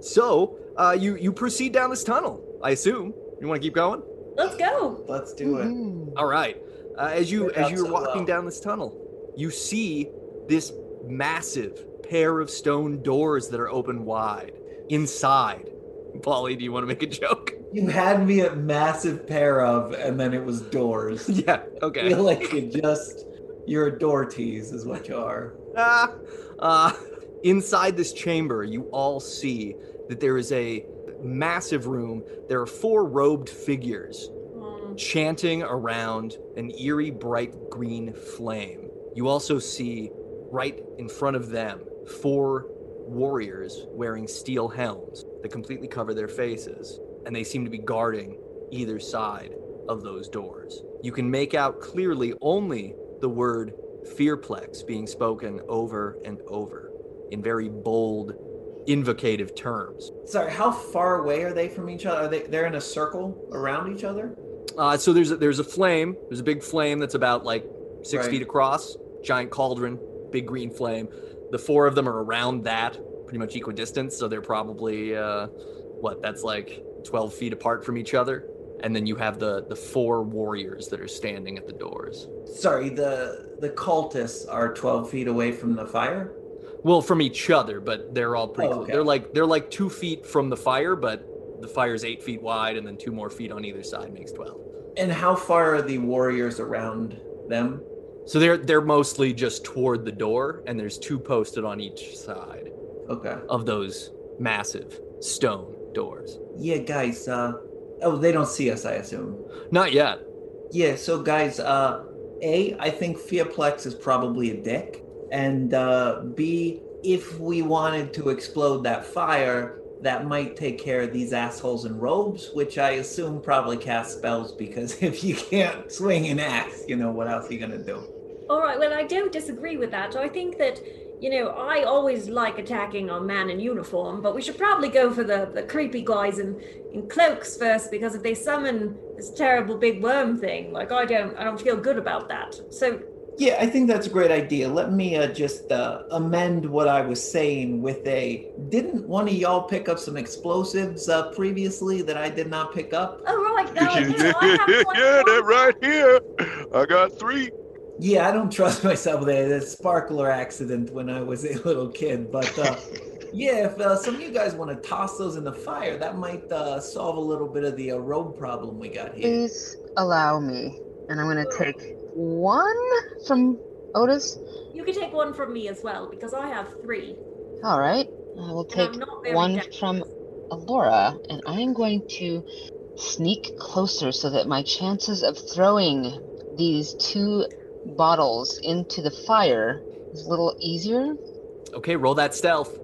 [SPEAKER 1] So uh, you you proceed down this tunnel. I assume you want to keep going.
[SPEAKER 2] Let's go.
[SPEAKER 3] Let's do it.
[SPEAKER 4] Mhm.
[SPEAKER 1] All right. Uh, as you
[SPEAKER 3] Worked
[SPEAKER 1] as
[SPEAKER 3] out
[SPEAKER 1] you're
[SPEAKER 3] so
[SPEAKER 1] walking
[SPEAKER 3] well.
[SPEAKER 1] down this tunnel, you see this massive pair of stone doors that are open wide inside. Polly, do you want to make a joke?
[SPEAKER 3] You had me a massive pair of, and then it was (laughs)
[SPEAKER 1] (laughs)
[SPEAKER 3] doors.
[SPEAKER 1] yeah. (laughs)
[SPEAKER 3] I
[SPEAKER 1] Okay.
[SPEAKER 3] feel like you just you're a door tease, is what you are.
[SPEAKER 1] Ah, uh, inside this chamber, you all see that there is a massive room. There are four robed figures
[SPEAKER 2] Mm.
[SPEAKER 1] chanting around an eerie, bright green flame. You also see right in front of them four warriors wearing steel helms that completely cover their faces, and they seem to be guarding either side of those doors. You can make out clearly only the word fearplex being spoken over and over in very bold, invocative terms.
[SPEAKER 3] Sorry, how far away are they from each other? Are they they're in a circle around each other?
[SPEAKER 1] Uh, so there's a, there's a flame. There's a big flame that's about like six
[SPEAKER 3] Right.
[SPEAKER 1] feet across, giant cauldron, big green flame. The four of them are around that, pretty much equidistant. So they're probably uh, what that's like twelve feet apart from each other. And then you have the the four warriors that are standing at the doors.
[SPEAKER 3] Sorry, the the cultists are twelve feet away from the fire.
[SPEAKER 1] Well, from each other, but they're all pretty.
[SPEAKER 3] Oh,
[SPEAKER 1] close.
[SPEAKER 3] okay.
[SPEAKER 1] They're like they're like two feet from the fire, but the fire's eight feet wide, and then two more feet on either side makes twelve.
[SPEAKER 3] And how far are the warriors around them?
[SPEAKER 1] So they're they're mostly just toward the door, and there's two posted on each side
[SPEAKER 3] Okay.
[SPEAKER 1] of those massive stone doors.
[SPEAKER 3] Yeah, guys. Uh, oh, they don't see us, I assume.
[SPEAKER 1] Not yet.
[SPEAKER 3] Yeah. So, guys. Uh, a, I think Fearplex is probably a dick, and uh, B, if we wanted to explode that fire, that might take care of these assholes in robes, which I assume probably cast spells because (laughs) if you can't swing an axe, you know what else are you gonna do?
[SPEAKER 2] All right. Well, I don't disagree with that. I think that, you know, I always like attacking on man in uniform, but we should probably go for the, the creepy guys in, in cloaks first because if they summon this terrible big worm thing, like I don't, I don't feel good about that. So
[SPEAKER 3] Yeah, I think that's a great idea. Let me uh, just uh, amend what I was saying with a. Didn't one of y'all pick up some explosives uh, previously that I did not pick up?
[SPEAKER 2] Oh right, no, I
[SPEAKER 6] yeah,
[SPEAKER 2] do. I
[SPEAKER 6] (laughs)
[SPEAKER 2] have like
[SPEAKER 6] that
[SPEAKER 2] one-
[SPEAKER 6] right here. I got three.
[SPEAKER 3] Yeah, I don't trust (laughs) myself with a sparkler accident when I was a little kid. But (laughs) uh, yeah, if uh, some of you guys want to toss those in the fire, that might uh, solve a little bit of the uh, road problem we got here.
[SPEAKER 4] Please allow me. And I'm going to take one from Otis.
[SPEAKER 2] You can take one from me as well because I have three.
[SPEAKER 4] All right. I will
[SPEAKER 2] And
[SPEAKER 4] take
[SPEAKER 2] I'm not very
[SPEAKER 4] one
[SPEAKER 2] dexterous.
[SPEAKER 4] from Alora, and I am going to sneak closer so that my chances of throwing these two bottles into the fire is a little easier.
[SPEAKER 1] Okay, roll that stealth.
[SPEAKER 2] (gasps)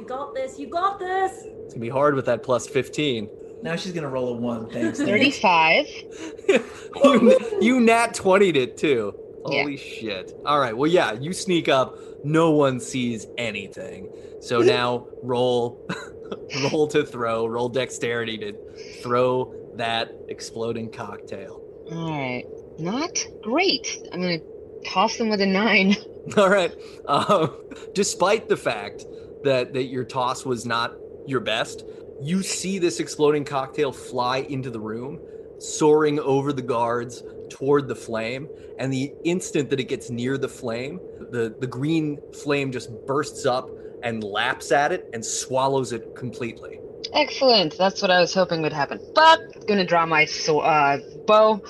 [SPEAKER 2] You got this. You got this.
[SPEAKER 1] It's gonna be hard with that plus fifteen. (laughs)
[SPEAKER 3] Now she's gonna roll a one. Thanks. Nick.
[SPEAKER 4] 35.
[SPEAKER 1] you, you nat 20'd it too.
[SPEAKER 4] Yeah.
[SPEAKER 1] Holy shit. All right. Well, yeah, you sneak up. No one sees anything. So now roll, (laughs) roll to throw, roll dexterity to throw that exploding cocktail.
[SPEAKER 4] All right. Not great. I'm going to toss them with a 9.
[SPEAKER 1] (laughs) All right. Um, despite the fact that, that your toss was not your best, you see this exploding cocktail fly into the room, soaring over the guards toward the flame. And the instant that it gets near the flame, the, the green flame just bursts up and laps at it and swallows it completely.
[SPEAKER 4] Excellent. That's what I was hoping would happen. But going to draw my so- uh, bow.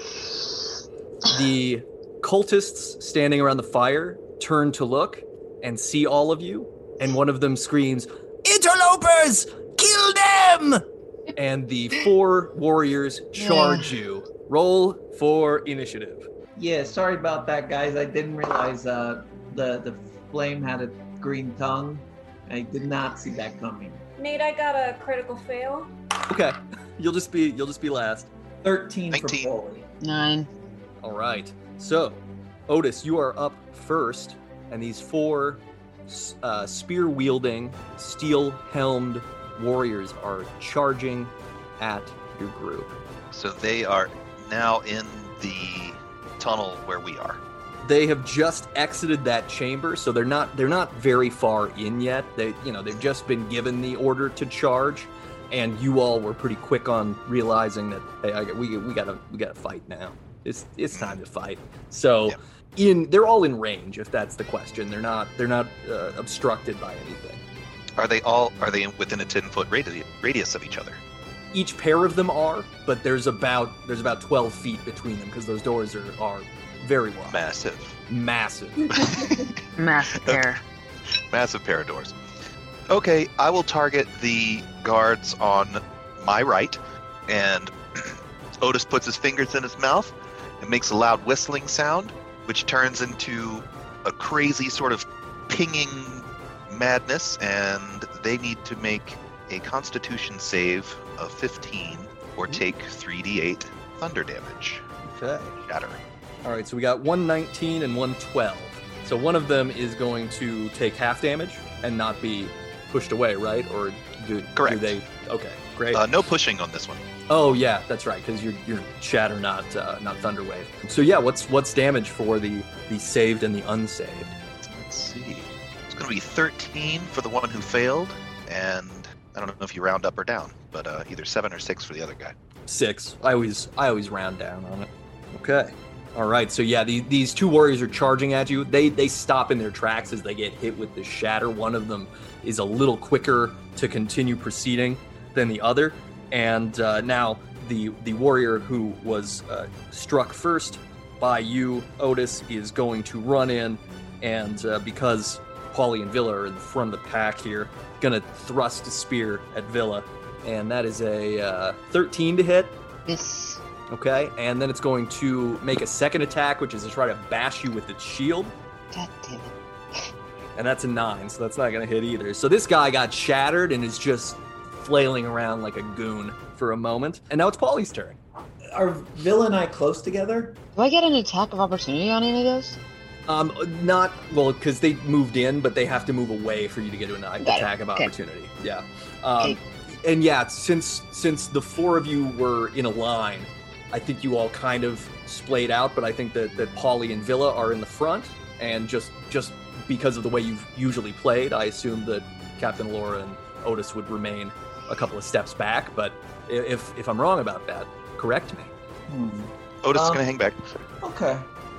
[SPEAKER 1] The cultists standing around the fire turn to look and see all of you, and one of them screams, Interlopers! Kill them! And the four warriors charge you. Roll for initiative.
[SPEAKER 3] Yeah, sorry about that, guys. I didn't realize uh, the the flame had a green tongue. I did not see that coming.
[SPEAKER 2] Nate, I got a critical fail.
[SPEAKER 1] Okay. You'll just be you'll just be last.
[SPEAKER 3] Thirteen
[SPEAKER 5] 19.
[SPEAKER 3] for Foley.
[SPEAKER 4] 9.
[SPEAKER 1] All right. So, Otis, you are up first, and these four s- uh, spear wielding, steel helmed warriors are charging at your group.
[SPEAKER 5] So they are now in the tunnel where we are.
[SPEAKER 1] They have just exited that chamber, so they're not they're not very far in yet. They you know they've just been given the order to charge, and you all were pretty quick on realizing that hey, I, we we gotta we gotta fight now. It's it's time to fight. So.
[SPEAKER 5] Yeah.
[SPEAKER 1] In, they're all in range if that's the question they're not they're not uh, obstructed by anything
[SPEAKER 5] Are they all? Are they within a ten foot radius, radius of each other?
[SPEAKER 1] each pair of them are, but there's about there's about 12 feet between them because those doors are are very wide,
[SPEAKER 5] Massive,
[SPEAKER 1] massive.
[SPEAKER 4] Massive pair.
[SPEAKER 5] massive pair of doors. Okay, I will target the guards on my right, and (clears throat) Otis puts his fingers in his mouth and makes a loud whistling sound, which turns into a crazy sort of pinging madness, and they need to make a Constitution save of 15 or take 3d8 thunder damage.
[SPEAKER 1] Okay.
[SPEAKER 5] Shatter.
[SPEAKER 1] All right, so we got 119 and 112. So one of them is going to take half damage and not be pushed away, right? Or do, do
[SPEAKER 5] Correct.
[SPEAKER 1] they? Okay, great.
[SPEAKER 5] Uh, no pushing on this one.
[SPEAKER 1] oh yeah, that's right, because you're you're shatter, not uh, not thunder wave. So yeah, what's what's damage for the the saved and the unsaved?
[SPEAKER 5] Let's see. It's going to be 13 for the one who failed, and I don't know if you round up or down, but uh, either 7 or 6 for the other guy.
[SPEAKER 1] six. I always I always round down on it. Okay. All right. So yeah, the, these two warriors are charging at you. They they stop in their tracks as they get hit with the shatter. One of them is a little quicker to continue proceeding than the other, and uh, now the the warrior who was uh, struck first by you, Otis, is going to run in, and uh, because Paulie and Villa are in the front of the pack here, gonna thrust a spear at Villa, and that is a uh, 13 to hit.
[SPEAKER 4] This
[SPEAKER 1] Okay, and then it's going to make a second attack, which is to try to bash you with its shield,
[SPEAKER 4] God damn it.
[SPEAKER 1] and that's a nine, so that's not going to hit either. So this guy got shattered and is just flailing around like a goon for a moment, and now it's Paulie's turn.
[SPEAKER 3] Are Villa and I close together?
[SPEAKER 4] Do I get an attack of opportunity on any of those?
[SPEAKER 1] Um, not well because they moved in, but they have to move away for you to get an a-
[SPEAKER 4] Got it.
[SPEAKER 1] attack of
[SPEAKER 4] Okay.
[SPEAKER 1] opportunity. Yeah. Um,
[SPEAKER 4] Okay.
[SPEAKER 1] and yeah, since since the four of you were in a line, I think you all kind of splayed out, but I think that that Polly and Villa are in the front, and just just because of the way you've usually played, I assume that Captain Laura and Otis would remain a couple of steps back. But i- if if I'm wrong about that, correct me.
[SPEAKER 3] Hmm.
[SPEAKER 5] Otis is
[SPEAKER 3] Um,
[SPEAKER 5] going to hang back.
[SPEAKER 3] Okay.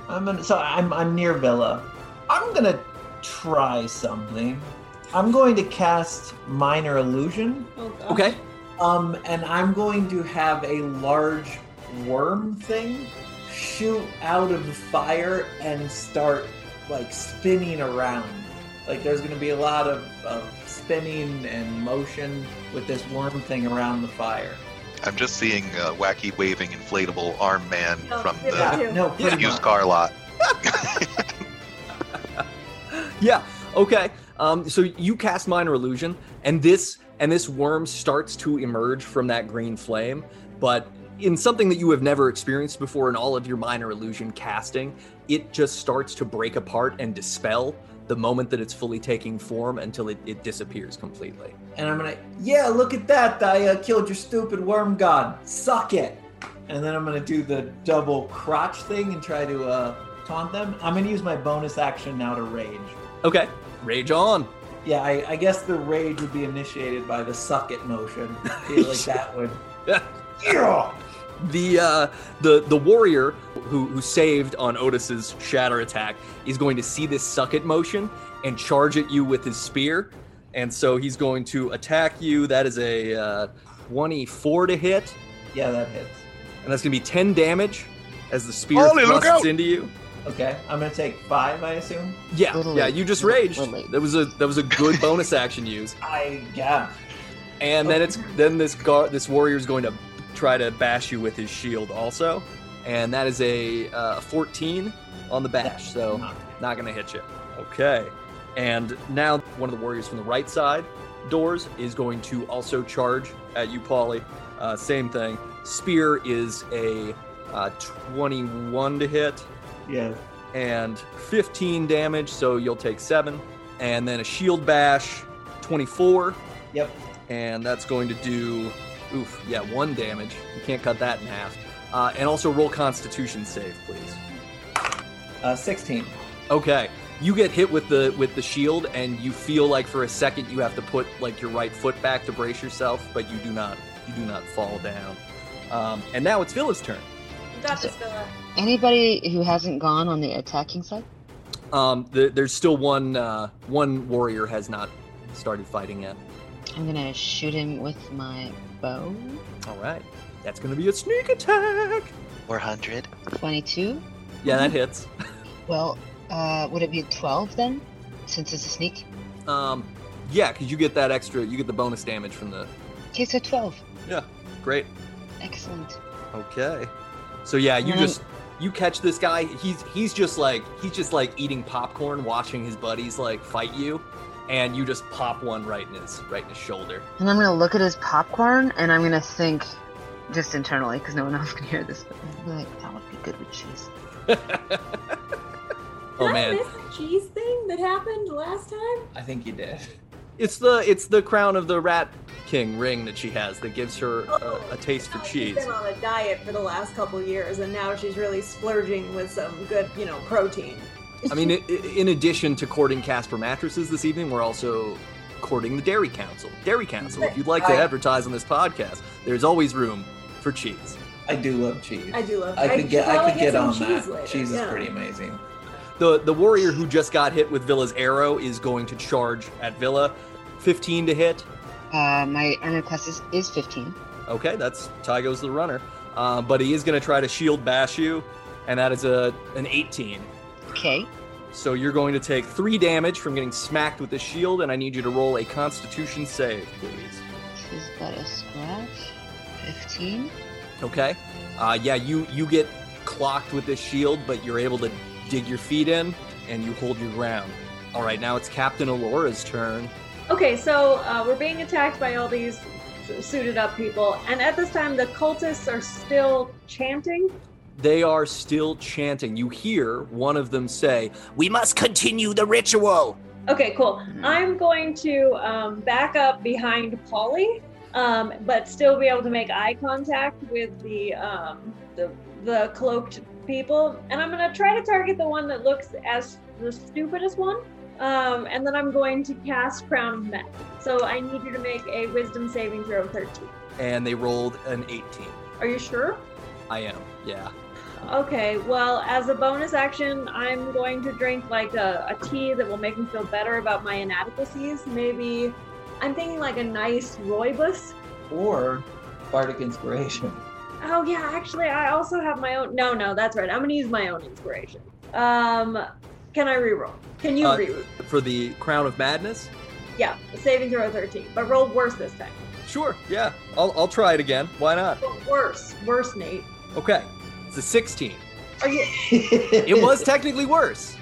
[SPEAKER 3] I'm gonna, so I'm I'm near Villa. I'm gonna try something. I'm going to cast minor illusion.
[SPEAKER 2] Oh, gosh.
[SPEAKER 1] Okay.
[SPEAKER 3] Um, and I'm going to have a large worm thing shoot out of the fire and start like spinning around. Like there's going to be a lot of, of spinning and motion with this worm thing around the fire.
[SPEAKER 5] I'm just seeing uh, wacky waving inflatable arm man
[SPEAKER 2] Oh,
[SPEAKER 5] from
[SPEAKER 2] yeah.
[SPEAKER 5] the
[SPEAKER 3] no, pretty
[SPEAKER 5] used
[SPEAKER 3] much.
[SPEAKER 5] car lot.
[SPEAKER 1] yeah okay um, so you cast minor illusion and this and this worm starts to emerge from that green flame but in something that you have never experienced before in all of your minor illusion casting it just starts to break apart and dispel the moment that it's fully taking form until it, it disappears completely
[SPEAKER 3] And I'm going to, yeah, look at that. I uh, killed your stupid worm god. Suck it. And then I'm going to do the double crotch thing and try to uh, taunt them. I'm going to use my bonus action now to rage.
[SPEAKER 1] okay rage on
[SPEAKER 3] Yeah, I, I guess the rage would be initiated by the suck it motion. I feel like that would. Yeah.
[SPEAKER 1] the uh, the the warrior who who saved on Otis's shatter attack is going to see this suck it motion and charge at you with his spear, and so he's going to attack you. That is a uh, twenty-four to hit,
[SPEAKER 3] Yeah, that hits.
[SPEAKER 1] and that's going to be ten damage as the spear
[SPEAKER 6] Ollie, look
[SPEAKER 1] thrusts
[SPEAKER 6] out!
[SPEAKER 1] into you.
[SPEAKER 3] Okay, I'm gonna take five, I assume.
[SPEAKER 1] Yeah,
[SPEAKER 4] Little
[SPEAKER 1] yeah,
[SPEAKER 4] late,
[SPEAKER 1] you just
[SPEAKER 4] little-
[SPEAKER 1] raged.
[SPEAKER 4] little late.
[SPEAKER 1] That was a that was a good bonus (laughs) action use,
[SPEAKER 3] I yeah.
[SPEAKER 1] and then it's then this guard this warrior is going to try to bash you with his shield also, and that is a uh, fourteen on the bash. So.
[SPEAKER 3] Not-
[SPEAKER 1] Not gonna hit you. Okay. And now one of the warriors from the right side doors is going to also charge at you, Polly. Uh, same thing. Spear is a uh, 21 to hit
[SPEAKER 3] Yeah.
[SPEAKER 1] and 15 damage, so you'll take seven. And then a shield bash, 24,
[SPEAKER 3] Yep.
[SPEAKER 1] and that's going to do, oof, yeah, one damage. You can't cut that in half. Uh, and also roll Constitution save, please.
[SPEAKER 3] Uh, 16.
[SPEAKER 1] Okay. You get hit with the with the shield, and you feel like for a second you have to put like your right foot back to brace yourself, but you do not you do not fall down. Um, and now it's Villa's turn.
[SPEAKER 2] You got this, Villa.
[SPEAKER 4] Anybody who hasn't gone on the attacking side?
[SPEAKER 1] Um, the, there's still one uh, one warrior has not started fighting yet.
[SPEAKER 4] I'm gonna shoot him with my bow.
[SPEAKER 1] All right, that's gonna be a sneak attack.
[SPEAKER 5] 400.
[SPEAKER 4] 22.
[SPEAKER 1] Yeah, that hits.
[SPEAKER 4] Well, uh, would it be 12 then? Since it's a sneak?
[SPEAKER 1] Um, yeah, because you get that extra, you get the bonus damage from the.
[SPEAKER 4] Okay, so 12.
[SPEAKER 1] Great.
[SPEAKER 4] Excellent.
[SPEAKER 1] Okay. So yeah, you
[SPEAKER 4] Mhm.
[SPEAKER 1] just you catch this guy. He's he's just like he's just like eating popcorn, watching his buddies like fight you, and you just pop one right in his right in his shoulder.
[SPEAKER 4] And I'm gonna look at his popcorn and I'm gonna think, just internally, because no one (laughs) else can hear this, but I'm gonna be like, that would be good with cheese.
[SPEAKER 1] oh
[SPEAKER 2] Did I
[SPEAKER 1] man,
[SPEAKER 2] miss the cheese thing that happened last time?
[SPEAKER 3] I think you did.
[SPEAKER 1] it's the it's the crown of the rat king ring that she has that gives her a, a taste for
[SPEAKER 2] Oh, She's
[SPEAKER 1] cheese.
[SPEAKER 2] been on a diet for the last couple years, and now she's really splurging with some good, you know, protein.
[SPEAKER 1] I mean, i- i- in addition to courting Casper mattresses this evening, we're also courting the Dairy Council. Dairy Council, if you'd like to
[SPEAKER 3] Right.
[SPEAKER 1] advertise on this podcast, there's always room for cheese.
[SPEAKER 3] I do love cheese.
[SPEAKER 2] I do love.
[SPEAKER 3] I could get, I
[SPEAKER 2] probably
[SPEAKER 3] could get
[SPEAKER 2] some
[SPEAKER 3] on that.
[SPEAKER 2] later,
[SPEAKER 3] cheese is
[SPEAKER 2] yeah.
[SPEAKER 3] pretty amazing.
[SPEAKER 1] The the warrior who just got hit with Villa's arrow is going to charge at Villa. 15 to hit.
[SPEAKER 4] Uh, my armor class is, is 15.
[SPEAKER 1] Okay, that's Tygo's the runner. Uh, but he is going to try to shield bash you, and that is a an 18.
[SPEAKER 4] Okay.
[SPEAKER 1] So you're going to take three damage from getting smacked with the shield, and I need you to roll a Constitution save, please.
[SPEAKER 4] This is but a scratch. 15.
[SPEAKER 1] Okay. Uh, yeah, you you get clocked with this shield, but you're able to dig your feet in and you hold your ground. All right, now it's Captain Alora's turn.
[SPEAKER 2] Okay, so uh, we're being attacked by all these suited up people, and at this time the cultists are still chanting.
[SPEAKER 1] They are still chanting. You hear one of them say, "We must continue the ritual."
[SPEAKER 2] Okay, cool. I'm going to um, back up behind Polly, um, but still be able to make eye contact with the um, the, the cloaked people, and I'm going to try to target the one that looks as the stupidest one, um, and then I'm going to cast Crown of Met. So I need you to make a Wisdom saving throw of 13.
[SPEAKER 1] And they rolled an 18.
[SPEAKER 2] Are you sure?
[SPEAKER 1] I am. Yeah.
[SPEAKER 2] Okay, well, as a bonus action, I'm going to drink like a, a tea that will make me feel better about my inadequacies. Maybe I'm thinking like a nice rooibos.
[SPEAKER 3] Or bardic inspiration.
[SPEAKER 2] Oh yeah, actually, I also have my own. No, no, that's right. I'm gonna use my own inspiration. Um, can I reroll? Can you
[SPEAKER 1] Uh,
[SPEAKER 2] reroll?
[SPEAKER 1] For the Crown of Madness?
[SPEAKER 2] Yeah, saving throw 13, but roll worse this time.
[SPEAKER 1] Sure. Yeah. I'll I'll try it again. Why not?
[SPEAKER 2] Roll worse, worse, Nate.
[SPEAKER 1] Okay. It's a 16.
[SPEAKER 2] Are
[SPEAKER 3] (laughs)
[SPEAKER 2] you?
[SPEAKER 1] It was technically worse.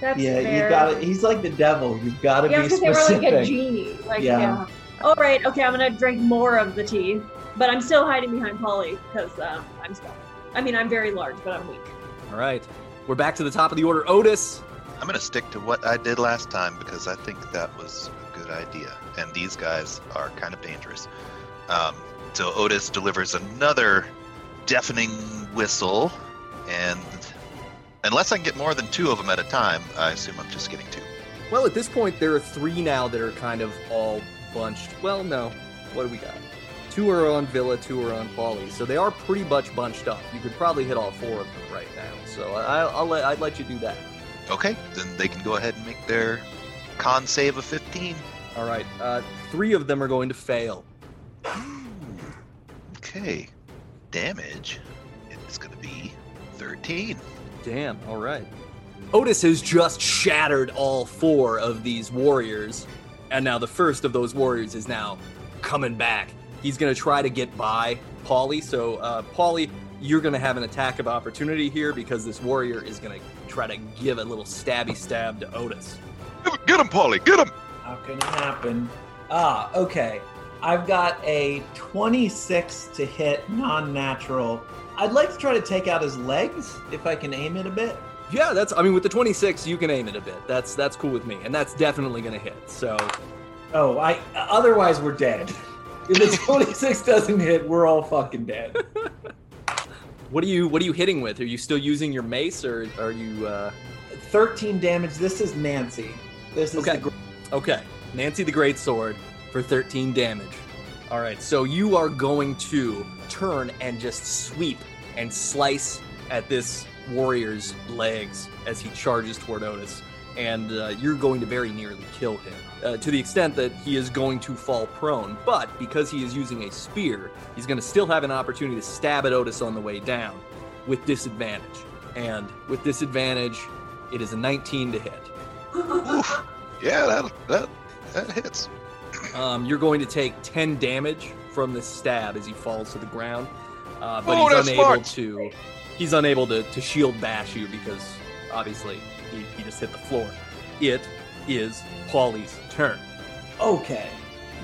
[SPEAKER 2] That's
[SPEAKER 3] yeah,
[SPEAKER 2] fair.
[SPEAKER 3] you got it. He's like the devil. You've got to
[SPEAKER 2] Yeah,
[SPEAKER 3] be
[SPEAKER 2] because they were
[SPEAKER 3] specific.
[SPEAKER 2] like a genie. Like,
[SPEAKER 3] Yeah.
[SPEAKER 2] yeah. All right. Okay, I'm gonna drink more of the tea, but I'm still hiding behind Polly because um, I'm small. I mean, I'm very large, but I'm weak.
[SPEAKER 1] All right. We're back to the top of the order. Otis,
[SPEAKER 5] I'm gonna stick to what I did last time because I think that was a good idea, and these guys are kind of dangerous. Um, so Otis delivers another deafening whistle, and unless I can get more than two of them at a time, I assume I'm just getting two.
[SPEAKER 1] Well, at this point, there are three now that are kind of all bunched. Well, no. What do we got? Two are on Villa, two are on Polly. So they are pretty much bunched up. You could probably hit all four of them right now. So I, I'll let, I'd let you do that.
[SPEAKER 5] Okay, then they can go ahead and make their con save of 15.
[SPEAKER 1] All right. Uh, three of them are going to fail.
[SPEAKER 5] Okay, damage is gonna be 13.
[SPEAKER 1] Damn. All right. Otis has just shattered all four of these warriors. And now the first of those warriors is now coming back. He's going to try to get by Polly. So, uh, Polly, you're going to have an attack of opportunity here because this warrior is going to try to give a little stabby stab to Otis.
[SPEAKER 6] Get him, Polly. Get him.
[SPEAKER 2] (laughs)
[SPEAKER 3] How can it happen? Ah, okay. I've got a 26 to hit non natural. I'd like to try to take out his legs if I can aim it a bit.
[SPEAKER 1] Yeah, that's. I mean, with the 26, you can aim it a bit. That's that's cool with me, and that's definitely going to hit. So,
[SPEAKER 3] Oh, I otherwise
[SPEAKER 2] (laughs)
[SPEAKER 3] (laughs) we're dead. If the 26 doesn't hit, we're all fucking dead.
[SPEAKER 1] What are you What are you hitting with? Are you still using your mace, or are you? Uh...
[SPEAKER 3] 13 damage. This is Nancy. This is
[SPEAKER 1] Okay.
[SPEAKER 3] the gr-
[SPEAKER 1] Okay, Nancy the Great Sword for 13 damage. All right, so you are going to turn and just sweep and slice at this warrior's legs as he charges toward Otis, and uh, you're going to very nearly kill him uh, to the extent that he is going to fall prone. But because he is using a spear, he's going to still have an opportunity to stab at Otis on the way down with disadvantage. And with disadvantage, it is a 19 to hit.
[SPEAKER 6] Yeah, that that that hits.
[SPEAKER 1] Um, you're going to take 10 damage from the stab as he falls to the ground. Uh, but
[SPEAKER 6] Oh,
[SPEAKER 1] he's
[SPEAKER 6] that's
[SPEAKER 1] unable
[SPEAKER 6] smart.
[SPEAKER 1] to he's unable to, to shield bash you because obviously he, he just hit the floor. It is Paulie's turn.
[SPEAKER 3] Okay.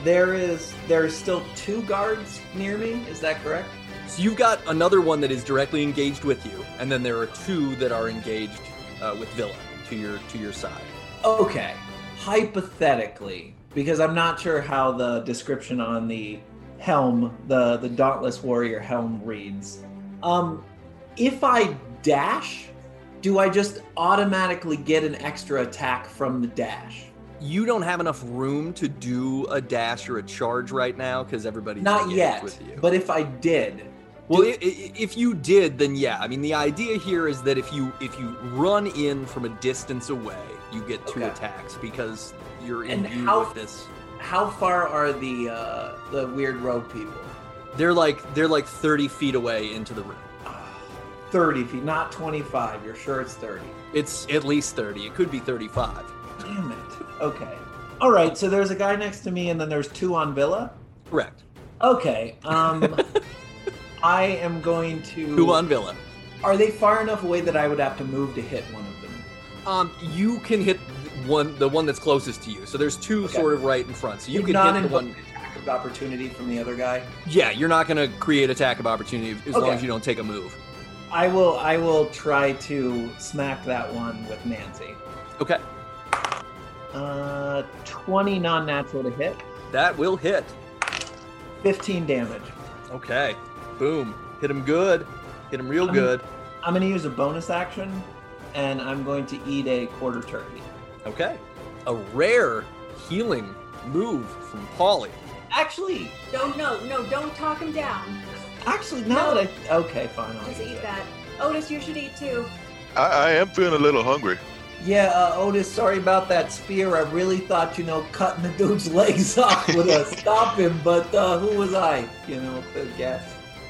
[SPEAKER 3] There is there's still two guards near me. Is that correct?
[SPEAKER 1] So you've got another one that is directly engaged with you, and then there are two that are engaged uh, with Villa to your to your side.
[SPEAKER 3] Okay. Hypothetically, because I'm not sure how the description on the helm, the the Dauntless Warrior helm reads. Um if I dash, do I just automatically get an extra attack from the dash?
[SPEAKER 1] You don't have enough room to do a dash or a charge right now because everybody's
[SPEAKER 3] Not
[SPEAKER 1] engaged
[SPEAKER 3] yet,
[SPEAKER 1] with you.
[SPEAKER 3] but if I did,
[SPEAKER 1] Well,
[SPEAKER 3] Do-
[SPEAKER 1] i- i- if you did, then yeah. I mean, the idea here is that if you if you run in from a distance away, you get two
[SPEAKER 3] Okay.
[SPEAKER 1] attacks because you're in
[SPEAKER 3] And
[SPEAKER 1] view
[SPEAKER 3] how-
[SPEAKER 1] with this.
[SPEAKER 3] how far are the uh, the weird rogue people?
[SPEAKER 1] They're like they're like thirty feet away into the room.
[SPEAKER 3] Ah, 30 feet, not 25. You're sure it's 30.
[SPEAKER 1] It's at least thirty. It could be thirty-five.
[SPEAKER 3] Damn it. Okay. All right, so there's a guy next to me, and then there's two on Villa.
[SPEAKER 1] Correct.
[SPEAKER 3] Okay.
[SPEAKER 1] (laughs)
[SPEAKER 3] Um, I am going to.
[SPEAKER 1] Who on Villa?
[SPEAKER 3] Are they far enough away that I would have to move to hit one of them?
[SPEAKER 1] Um, you can hit one the one that's closest to you. So there's two
[SPEAKER 3] Okay.
[SPEAKER 1] sort of right in front. So you
[SPEAKER 3] Would
[SPEAKER 1] can
[SPEAKER 3] not
[SPEAKER 1] hit the
[SPEAKER 3] invoke
[SPEAKER 1] one.
[SPEAKER 3] attack of opportunity from the other guy.
[SPEAKER 1] Yeah, you're not gonna create attack of opportunity as long
[SPEAKER 3] Okay.
[SPEAKER 1] as you don't take a move.
[SPEAKER 3] I will. I will try to smack that one with Nancy.
[SPEAKER 1] Okay,
[SPEAKER 3] Uh, 20 non-natural to hit.
[SPEAKER 1] that will hit.
[SPEAKER 3] 15 damage.
[SPEAKER 1] Okay. Boom. Hit him good. Hit him real
[SPEAKER 3] Um,
[SPEAKER 1] good.
[SPEAKER 3] I'm going to use a bonus action, and I'm going to eat a quarter turkey.
[SPEAKER 1] Okay. A rare healing move from Polly.
[SPEAKER 3] Actually,
[SPEAKER 2] (laughs) Don't no no don't talk him down.
[SPEAKER 3] actually, now that I okay, fine. I'll
[SPEAKER 2] Just
[SPEAKER 3] eat
[SPEAKER 2] eat
[SPEAKER 3] it.
[SPEAKER 2] that. Otis, you should eat too.
[SPEAKER 6] I, I am feeling a little hungry.
[SPEAKER 3] Yeah, uh, Otis, sorry about that spear. I really thought you know cutting the dude's (laughs) legs off would uh, stop him, but uh, who was I? You know, the guess.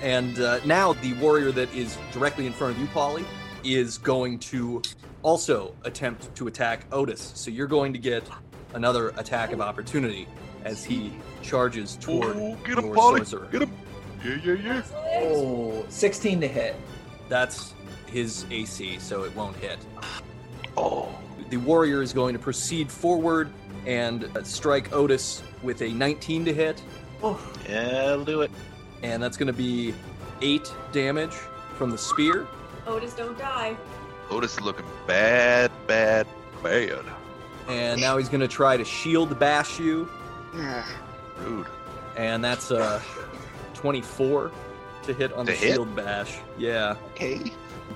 [SPEAKER 1] And uh, now the warrior that is directly in front of you, Polly, is going to also attempt to attack Otis. So you're going to get another attack of opportunity as he charges toward
[SPEAKER 6] Oh, get him,
[SPEAKER 1] your
[SPEAKER 6] Polly.
[SPEAKER 1] sorcerer.
[SPEAKER 6] Get him. Yeah, yeah, yeah.
[SPEAKER 3] Oh, 16 to hit.
[SPEAKER 1] That's his AC, so it won't hit.
[SPEAKER 6] Oh,
[SPEAKER 1] The warrior is going to proceed forward and uh, strike Otis with a 19 to hit.
[SPEAKER 3] Oh,
[SPEAKER 5] Yeah, I'll do it.
[SPEAKER 1] and that's going to be eight damage from the spear.
[SPEAKER 2] Otis, don't die.
[SPEAKER 5] Oh,
[SPEAKER 6] Otis is looking bad, bad, bad.
[SPEAKER 1] And now he's going to try to shield bash you,
[SPEAKER 4] Ugh.
[SPEAKER 6] Rude.
[SPEAKER 1] and that's a 24 to hit on
[SPEAKER 6] To
[SPEAKER 1] the
[SPEAKER 6] hit?
[SPEAKER 1] shield bash. Yeah,
[SPEAKER 6] Okay.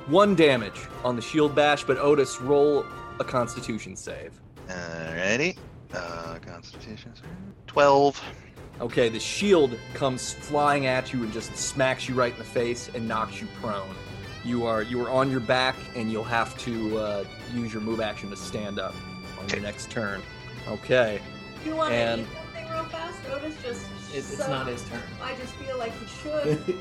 [SPEAKER 1] one damage on the shield bash, but Otis roll a Constitution save.
[SPEAKER 5] Alrighty. Uh, Constitution. save. Twelve.
[SPEAKER 1] Okay, the shield comes flying at you and just smacks you right in the face and knocks you prone. You are you are on your back, and you'll have to uh, use your move action to stand up on your
[SPEAKER 6] Okay.
[SPEAKER 1] next turn. Okay.
[SPEAKER 2] You want to
[SPEAKER 1] And-
[SPEAKER 2] eat something real fast? Otis just.
[SPEAKER 3] it's, it's
[SPEAKER 2] so-
[SPEAKER 3] not his turn.
[SPEAKER 2] I just feel like he
[SPEAKER 3] (laughs)
[SPEAKER 2] should.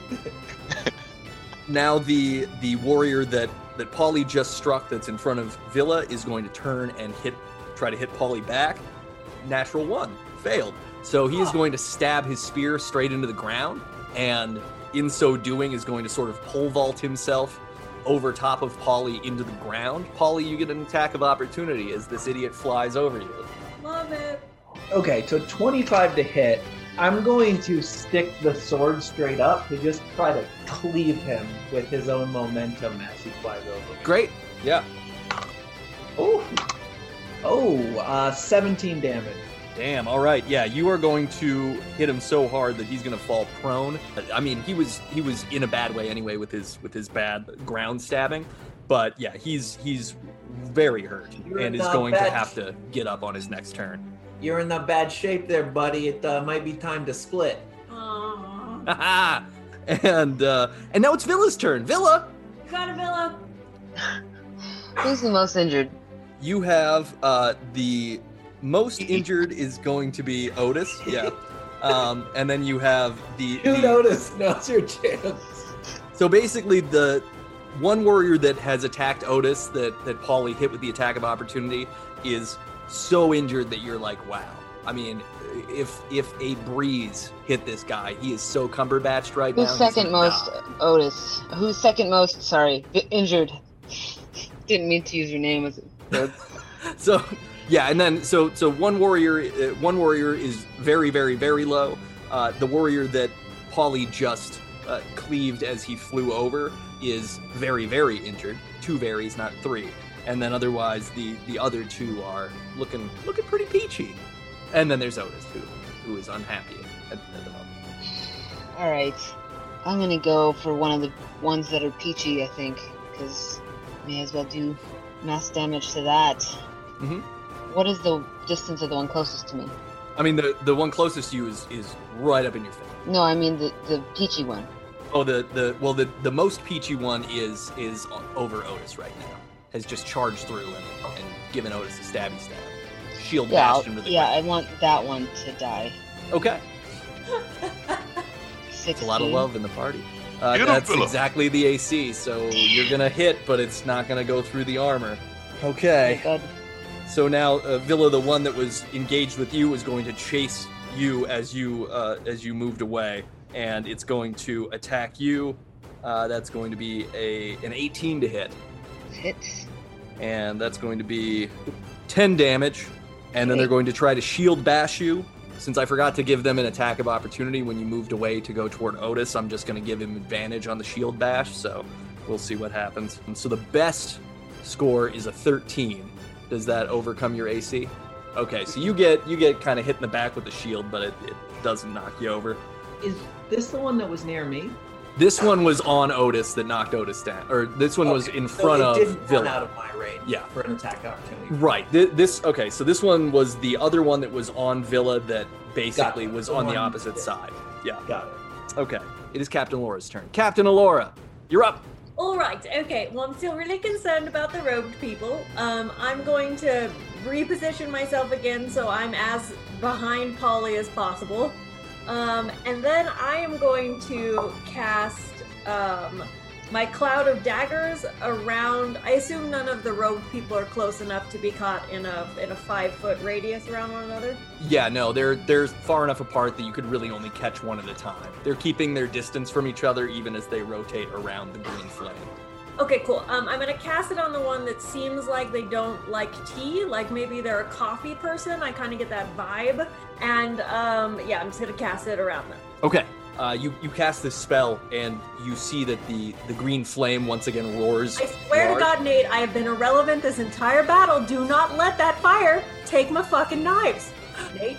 [SPEAKER 1] now the the warrior that that Polly just struck that's in front of Villa is going to turn and hit try to hit Polly back. Natural one failed. So he is going to stab his spear straight into the ground and in so doing is going to sort of pole vault himself over top of Polly into the ground. Polly, you get an attack of opportunity as this idiot flies over you.
[SPEAKER 2] Love it.
[SPEAKER 3] Okay, so 25 to hit. I'm going to stick the sword straight up to just try to cleave him with his own momentum as he flies over.
[SPEAKER 1] Great. Yeah.
[SPEAKER 3] Oh, oh, uh, 17 damage.
[SPEAKER 1] Damn. All right. Yeah, you are going to hit him so hard that he's going to fall prone. I mean, he was he was in a bad way anyway with his with his bad ground stabbing, but yeah, he's he's very hurt
[SPEAKER 3] You're
[SPEAKER 1] and is
[SPEAKER 3] not
[SPEAKER 1] going to
[SPEAKER 3] bad.
[SPEAKER 1] have to get up on his next turn. (laughs)
[SPEAKER 3] You're in not bad shape there, buddy. It uh, might be time to split.
[SPEAKER 2] Aww.
[SPEAKER 1] and uh, and now it's Villa's turn. Villa,
[SPEAKER 2] Got a villa.
[SPEAKER 4] Who's the most injured?
[SPEAKER 1] you have uh, the
[SPEAKER 3] (laughs)
[SPEAKER 1] most injured is going to be Otis. Yeah. Um, and then you have the,
[SPEAKER 3] You
[SPEAKER 1] the
[SPEAKER 3] notice now's your chance.
[SPEAKER 1] So basically, the one warrior that has attacked Otis that that Paulie hit with the attack of opportunity is so injured that you're like, wow. I mean, if if a breeze hit this guy, he is so cumberbatched right
[SPEAKER 4] Who's
[SPEAKER 1] now. he's
[SPEAKER 4] second
[SPEAKER 1] like,
[SPEAKER 4] most?
[SPEAKER 1] "Nah."
[SPEAKER 4] Otis. Who's second most? Sorry, i- injured. (laughs) Didn't mean to use your name. Was it?
[SPEAKER 1] So yeah, and then so so one warrior uh, one warrior is very very very low. Uh, the warrior that Paulie just uh, cleaved as he flew over is very very injured. Two varies, not three. And then otherwise the the other two are looking looking pretty peachy. And then there's Otis who who is unhappy at, at the moment.
[SPEAKER 4] All right, I'm gonna go for one of the ones that are peachy. I think because may as well do mass damage to that.
[SPEAKER 1] Mhm.
[SPEAKER 4] What is the distance of the one closest to me?
[SPEAKER 1] I mean the the one closest to you is is right up in your face.
[SPEAKER 4] No, I mean the the peachy one.
[SPEAKER 1] Oh, the the well, the the most peachy one is is over Otis right now. Has just charged through and, and given Otis a stabby stab. Shield
[SPEAKER 4] Yeah,
[SPEAKER 1] bashed
[SPEAKER 4] I'll-
[SPEAKER 1] into the
[SPEAKER 4] yeah, I want that one to die.
[SPEAKER 1] ground. Okay, it's
[SPEAKER 4] Six.
[SPEAKER 1] a lot of love in the party. Uh,
[SPEAKER 6] Get him,
[SPEAKER 1] that's
[SPEAKER 6] Phillip.
[SPEAKER 1] exactly the AC. So you're gonna hit, but it's not gonna go through the armor.
[SPEAKER 4] Oh
[SPEAKER 1] Okay.
[SPEAKER 4] my God.
[SPEAKER 1] So now uh, Villa, the one that was engaged with you, is going to chase you as you uh, as you moved away, and it's going to attack you. Uh, that's going to be a an 18 to hit.
[SPEAKER 4] Hit.
[SPEAKER 1] and that's going to be 10 damage. And then they're
[SPEAKER 4] Okay.
[SPEAKER 1] going to try to shield bash you. Since I forgot to give them an attack of opportunity when you moved away to go toward Otis, I'm just going to give him advantage on the shield bash. So we'll see what happens. And so the best score is a 13. Does that overcome your AC? Okay, so you get you get kind of hit in the back with the shield, but it, it doesn't knock you over.
[SPEAKER 3] Is this the one that was near me?
[SPEAKER 1] This one was on Otis that knocked Otis down, or this one was
[SPEAKER 3] Okay,
[SPEAKER 1] in
[SPEAKER 3] Oh, so
[SPEAKER 1] front
[SPEAKER 3] it
[SPEAKER 1] of
[SPEAKER 3] didn't run
[SPEAKER 1] Villa.
[SPEAKER 3] out of my range.
[SPEAKER 1] Yeah.
[SPEAKER 3] for an attack opportunity.
[SPEAKER 1] Right. Th- this okay. So this one was the other one that was on Villa that basically
[SPEAKER 3] Gotcha.
[SPEAKER 1] was
[SPEAKER 3] The
[SPEAKER 1] on the
[SPEAKER 3] one-
[SPEAKER 1] opposite
[SPEAKER 3] yeah.
[SPEAKER 1] side. Yeah.
[SPEAKER 3] Got it.
[SPEAKER 1] Okay. It is Captain Alora's turn. Captain Alora, you're up.
[SPEAKER 2] All right. Okay. Well, I'm still really concerned about the robed people. Um, I'm going to reposition myself again so I'm as behind Polly as possible. Um, and then I am going to cast um, my cloud of daggers around. I assume none of the robed people are close enough to be caught in a in a five foot radius around one another.
[SPEAKER 1] Yeah. No, they're they're far enough apart that you could really only catch one at a time. They're keeping their distance from each other even as they rotate around the green flame.
[SPEAKER 2] Okay, cool. Um, I'm gonna cast it on the one that seems like they don't like tea. Like maybe they're a coffee person. I kind of get that vibe. And um, yeah, I'm just gonna cast it around them.
[SPEAKER 1] Okay. Uh, you you cast this spell and you see that the the green flame once again roars.
[SPEAKER 2] I swear
[SPEAKER 1] large.
[SPEAKER 2] to God, Nate, I have been irrelevant this entire battle. Do not let that fire take my fucking knives, Nate.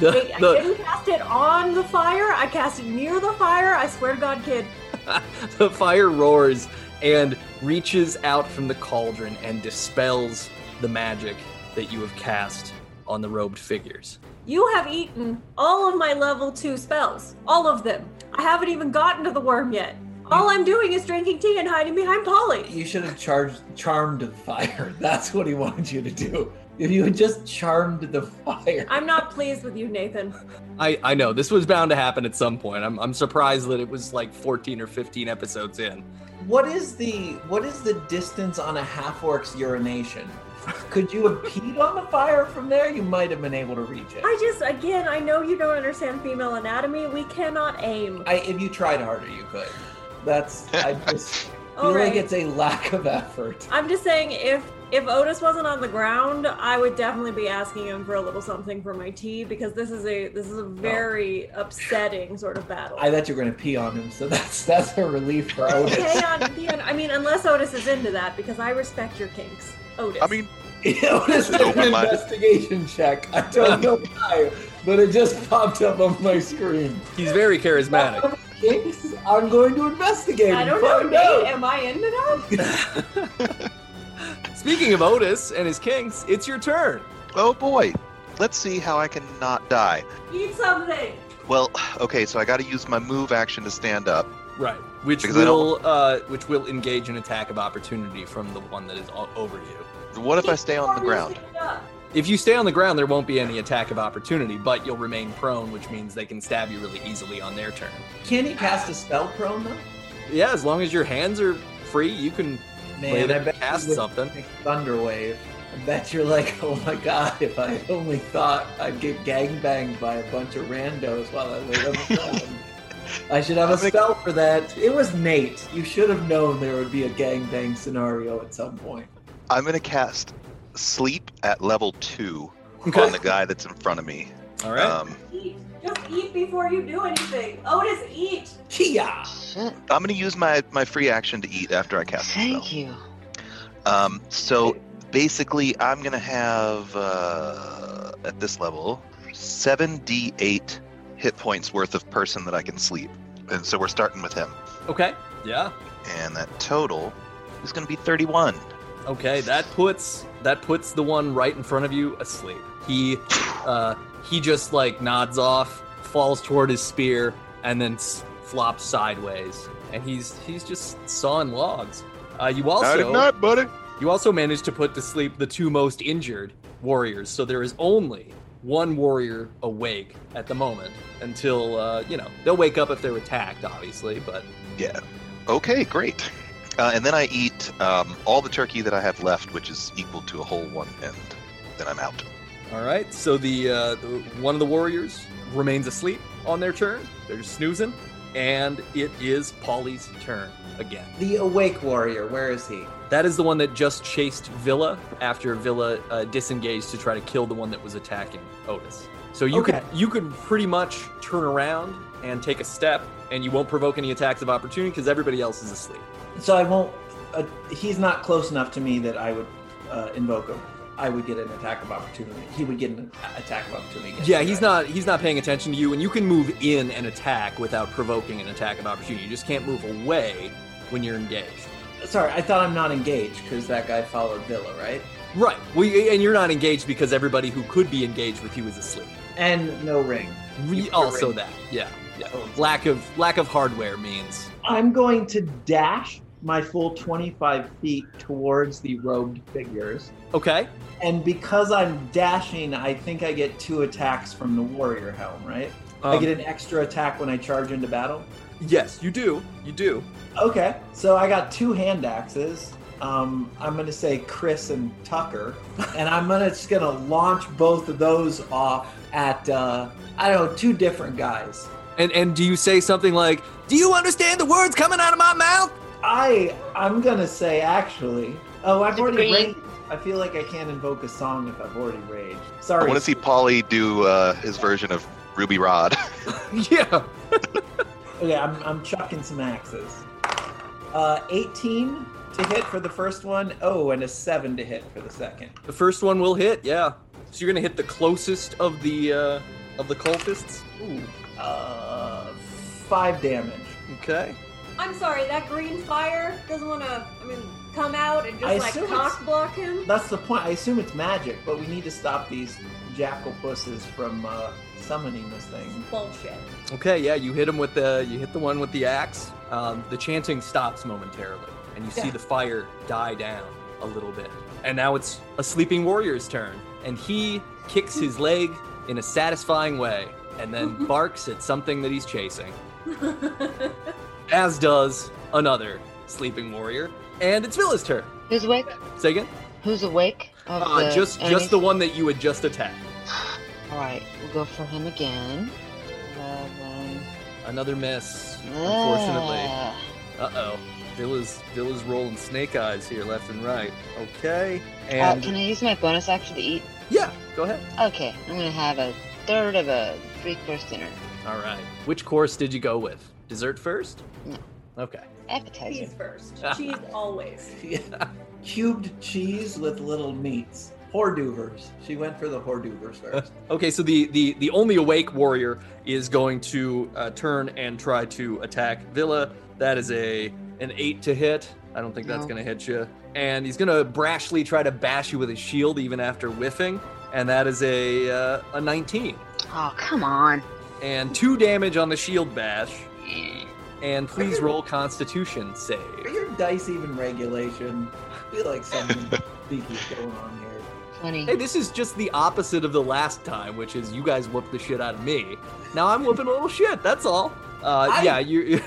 [SPEAKER 1] The-
[SPEAKER 2] Nate,
[SPEAKER 1] (laughs)
[SPEAKER 2] I
[SPEAKER 1] the-
[SPEAKER 2] didn't cast it on the fire. I cast it near the fire. I swear to God, kid.
[SPEAKER 1] (laughs) the fire roars and reaches out from the cauldron and dispels the magic that you have cast on the robed figures.
[SPEAKER 2] You have eaten all of my level two spells, all of them. I haven't even gotten to the worm yet. All I'm doing is drinking tea and hiding behind Polly.
[SPEAKER 3] You should have charged, charmed the fire. (laughs) That's what he wanted you to do. If you had just charmed the fire,
[SPEAKER 2] I'm not pleased with you, Nathan.
[SPEAKER 1] I, I know this was bound to happen at some point. I'm, I'm surprised that it was like 14 or 15 episodes in.
[SPEAKER 3] what is the what is the distance on a half orc's urination? Could you have peed on the fire from there? You might have been able to reach it.
[SPEAKER 2] I just, again, I know you don't understand female anatomy. We cannot aim.
[SPEAKER 3] I, if you tried harder, you could. That's I
[SPEAKER 2] (laughs)
[SPEAKER 3] just feel
[SPEAKER 2] All right.
[SPEAKER 3] like it's a lack of effort.
[SPEAKER 2] I'm just saying, if if Otis wasn't on the ground, I would definitely be asking him for a little something for my tea because this is a this is a very upsetting sort of battle.
[SPEAKER 3] Oh. I thought you were gonna pee on him, so that's that's a
[SPEAKER 2] (laughs)
[SPEAKER 3] relief for Otis.
[SPEAKER 2] Okay, on, I mean, unless Otis is into that, because I respect your kinks, Otis.
[SPEAKER 6] I mean,
[SPEAKER 3] Otis
[SPEAKER 5] This is
[SPEAKER 3] did an
[SPEAKER 5] open mind.
[SPEAKER 3] investigation check. I don't know why, but it just popped up on my screen.
[SPEAKER 1] He's very charismatic.
[SPEAKER 3] Thanks. I'm going to investigate.
[SPEAKER 2] I
[SPEAKER 3] and
[SPEAKER 2] don't know,
[SPEAKER 3] find
[SPEAKER 2] Nate.
[SPEAKER 3] out.
[SPEAKER 2] Am I into that?
[SPEAKER 1] Speaking of Otis and his kinks, it's your turn.
[SPEAKER 5] Oh boy. Let's see how I can not die.
[SPEAKER 2] Eat something.
[SPEAKER 5] Well, (sighs) okay, so I got to use my move action to stand up.
[SPEAKER 1] Right. Which
[SPEAKER 5] Because I
[SPEAKER 1] will uh, which will engage an attack of opportunity from the one that is o- over you.
[SPEAKER 5] What if I
[SPEAKER 2] Keep
[SPEAKER 5] stay on the
[SPEAKER 2] before you
[SPEAKER 5] ground?
[SPEAKER 2] stand up.
[SPEAKER 1] If you stay on the ground, there won't be any attack of opportunity, but you'll remain prone, which means they can stab you really easily on their turn.
[SPEAKER 3] Can he cast a spell prone though?
[SPEAKER 1] Yeah, as long as your hands are free, you can play
[SPEAKER 3] Man, I
[SPEAKER 1] them,
[SPEAKER 3] bet he
[SPEAKER 1] cast
[SPEAKER 3] would (laughs)
[SPEAKER 1] something.
[SPEAKER 3] pick Thunderwave. I bet you're like, (laughs) oh my god, if I only thought I'd get gangbanged by a bunch of randos while I wait on (laughs) the ground. I should have
[SPEAKER 5] I
[SPEAKER 3] a
[SPEAKER 5] think-
[SPEAKER 3] spell for that. It was Nate. You should have known there would be a gangbang scenario at some point.
[SPEAKER 5] I'm going to cast sleep at level 2 on the guy that's in front of me.
[SPEAKER 1] All right.
[SPEAKER 5] Um,
[SPEAKER 2] Eat. Just eat before you do anything. Otis, eat.
[SPEAKER 3] Kia!
[SPEAKER 4] Shit.
[SPEAKER 5] I'm going to use my my free action to eat after I cast the spell.
[SPEAKER 4] Thank you.
[SPEAKER 5] Um, so basically, I'm gonna have uh, at this level seven d8 hit points worth of person that I can sleep, and so we're starting with him,
[SPEAKER 1] okay. Yeah.
[SPEAKER 5] and that total is gonna be 31.
[SPEAKER 1] Okay, that puts that puts the one right in front of you asleep. He uh, he just like nods off, falls toward his spear, and then s- flops sideways. And he's he's just sawing logs. Uh, you
[SPEAKER 6] Night
[SPEAKER 1] also
[SPEAKER 6] at night, buddy.
[SPEAKER 1] you also managed to put to sleep the two most injured warriors. So there is only one warrior awake at the moment until uh, you know they'll wake up if they're attacked, obviously. But
[SPEAKER 5] Okay, great. Uh, and then I eat um, all the turkey that I have left, which is equal to a whole one end. Then I'm out.
[SPEAKER 1] All right. So the, uh, the one of the warriors remains asleep on their turn. They're just snoozing, and it is Polly's turn again.
[SPEAKER 3] The awake warrior, where is he?
[SPEAKER 1] That is the one that just chased Villa after Villa uh, disengaged to try to kill the one that was attacking Otis. So you
[SPEAKER 3] Okay.
[SPEAKER 1] could you could pretty much turn around and take a step, and you won't provoke any attacks of opportunity because everybody else is asleep.
[SPEAKER 3] So I won't. Uh, he's not close enough to me that I would uh, invoke him. I would get an attack of opportunity. He would get an a- attack of opportunity. against
[SPEAKER 1] Yeah,
[SPEAKER 3] me,
[SPEAKER 1] he's
[SPEAKER 3] right?
[SPEAKER 1] not he's not paying attention to you, and you can move in and attack without provoking an attack of opportunity. You just can't move away when you're engaged.
[SPEAKER 3] Sorry, I thought I'm not engaged because that guy followed Villa, right?
[SPEAKER 1] Right. Well, you- and you're not engaged because everybody who could be engaged with you is asleep.
[SPEAKER 3] And no ring.
[SPEAKER 1] Re-
[SPEAKER 3] You're
[SPEAKER 1] also
[SPEAKER 3] right.
[SPEAKER 1] that. Yeah. Yeah.
[SPEAKER 3] Oh.
[SPEAKER 1] Lack of lack of hardware means.
[SPEAKER 3] I'm going to dash my full 25 feet towards the robed figures.
[SPEAKER 1] Okay.
[SPEAKER 3] And because I'm dashing, I think I get two attacks from the warrior helm, right? I
[SPEAKER 1] Um,
[SPEAKER 3] get an extra attack when I charge into battle.
[SPEAKER 1] yes, you do. You do.
[SPEAKER 3] Okay, so I got two hand axes. Um, I'm gonna say Chris and
[SPEAKER 5] (laughs)
[SPEAKER 3] Tucker, and I'm gonna just gonna launch both of those off at uh, I don't know two different guys.
[SPEAKER 1] And and do you say something like, "Do you understand the words coming out of my mouth?" (laughs)
[SPEAKER 3] I I'm gonna say actually. Oh, I've already
[SPEAKER 4] Agreed.
[SPEAKER 3] raged. I feel like I can't invoke a song if I've already raged.
[SPEAKER 5] I
[SPEAKER 3] Sorry.
[SPEAKER 5] want to see Polly do uh, his version of Ruby Rod.
[SPEAKER 1] yeah.
[SPEAKER 3] Okay, I'm I'm chucking some axes. Uh, 18 to hit for the first one. Oh, and a seven to hit for the second.
[SPEAKER 1] The first one will hit. Yeah. So you're gonna hit the closest of the uh, of the cultists.
[SPEAKER 3] Ooh, uh, five damage.
[SPEAKER 1] Okay.
[SPEAKER 2] I'm sorry, that green fire doesn't want to, I mean, come out and just
[SPEAKER 3] I
[SPEAKER 2] like
[SPEAKER 3] assume
[SPEAKER 2] cock
[SPEAKER 3] it's-
[SPEAKER 2] block (laughs) him.
[SPEAKER 3] That's the point. I assume it's magic, but we need to stop these jackal pusses from uh, summoning this thing.
[SPEAKER 2] (laughs) Bullshit.
[SPEAKER 1] Okay, yeah, you hit him with the you hit the one with the axe. Um, the chanting stops momentarily, and you see
[SPEAKER 3] Yeah.
[SPEAKER 1] the fire die down a little bit. And now it's a sleeping warrior's turn, and he kicks his leg in a satisfying way, and then barks at something that he's chasing. As does another sleeping warrior, and it's Villa's turn.
[SPEAKER 4] Who's awake?
[SPEAKER 1] Say again.
[SPEAKER 4] Who's awake? Of
[SPEAKER 1] Uh,
[SPEAKER 4] the
[SPEAKER 1] just
[SPEAKER 4] enemies?
[SPEAKER 1] just the one that you had just attacked.
[SPEAKER 4] All right, we'll go for him again. Eleven.
[SPEAKER 1] Another miss, unfortunately.
[SPEAKER 4] Ah.
[SPEAKER 1] Uh oh. Villa's Villa's rolling snake eyes here left and right. Okay.
[SPEAKER 4] Uh,
[SPEAKER 1] And
[SPEAKER 4] can I use my bonus action to eat?
[SPEAKER 1] yeah, go ahead.
[SPEAKER 4] Okay, I'm gonna have a third of a three course dinner.
[SPEAKER 1] All right. Which course did you go with? Dessert first?
[SPEAKER 4] No.
[SPEAKER 1] Okay. (laughs)
[SPEAKER 4] Appetizer.
[SPEAKER 2] Cheese first. Cheese always.
[SPEAKER 3] Cubed cheese with little meats. Horduvers. She went for the
[SPEAKER 1] (laughs)
[SPEAKER 3] Horduvers first.
[SPEAKER 1] Okay, so the the the only awake warrior is going to uh, turn and try to attack Villa. That is a an eight to hit. I don't think that's
[SPEAKER 4] No.
[SPEAKER 1] going to hit you. And he's going to brashly try to bash you with his shield, even after whiffing. And that is a uh, a 19
[SPEAKER 4] Oh, come on.
[SPEAKER 1] and two damage on the shield bash.
[SPEAKER 4] Eh.
[SPEAKER 1] And please roll Constitution
[SPEAKER 3] Are
[SPEAKER 1] save.
[SPEAKER 3] your dice even regulation? I feel
[SPEAKER 1] (laughs)
[SPEAKER 3] like something sneaky's going on here.
[SPEAKER 4] Funny.
[SPEAKER 1] Hey, this is just the opposite of the last time, which is you guys whooped the shit out of me. Now I'm whooping a little shit. That's all. Uh,
[SPEAKER 3] I-
[SPEAKER 1] yeah, you.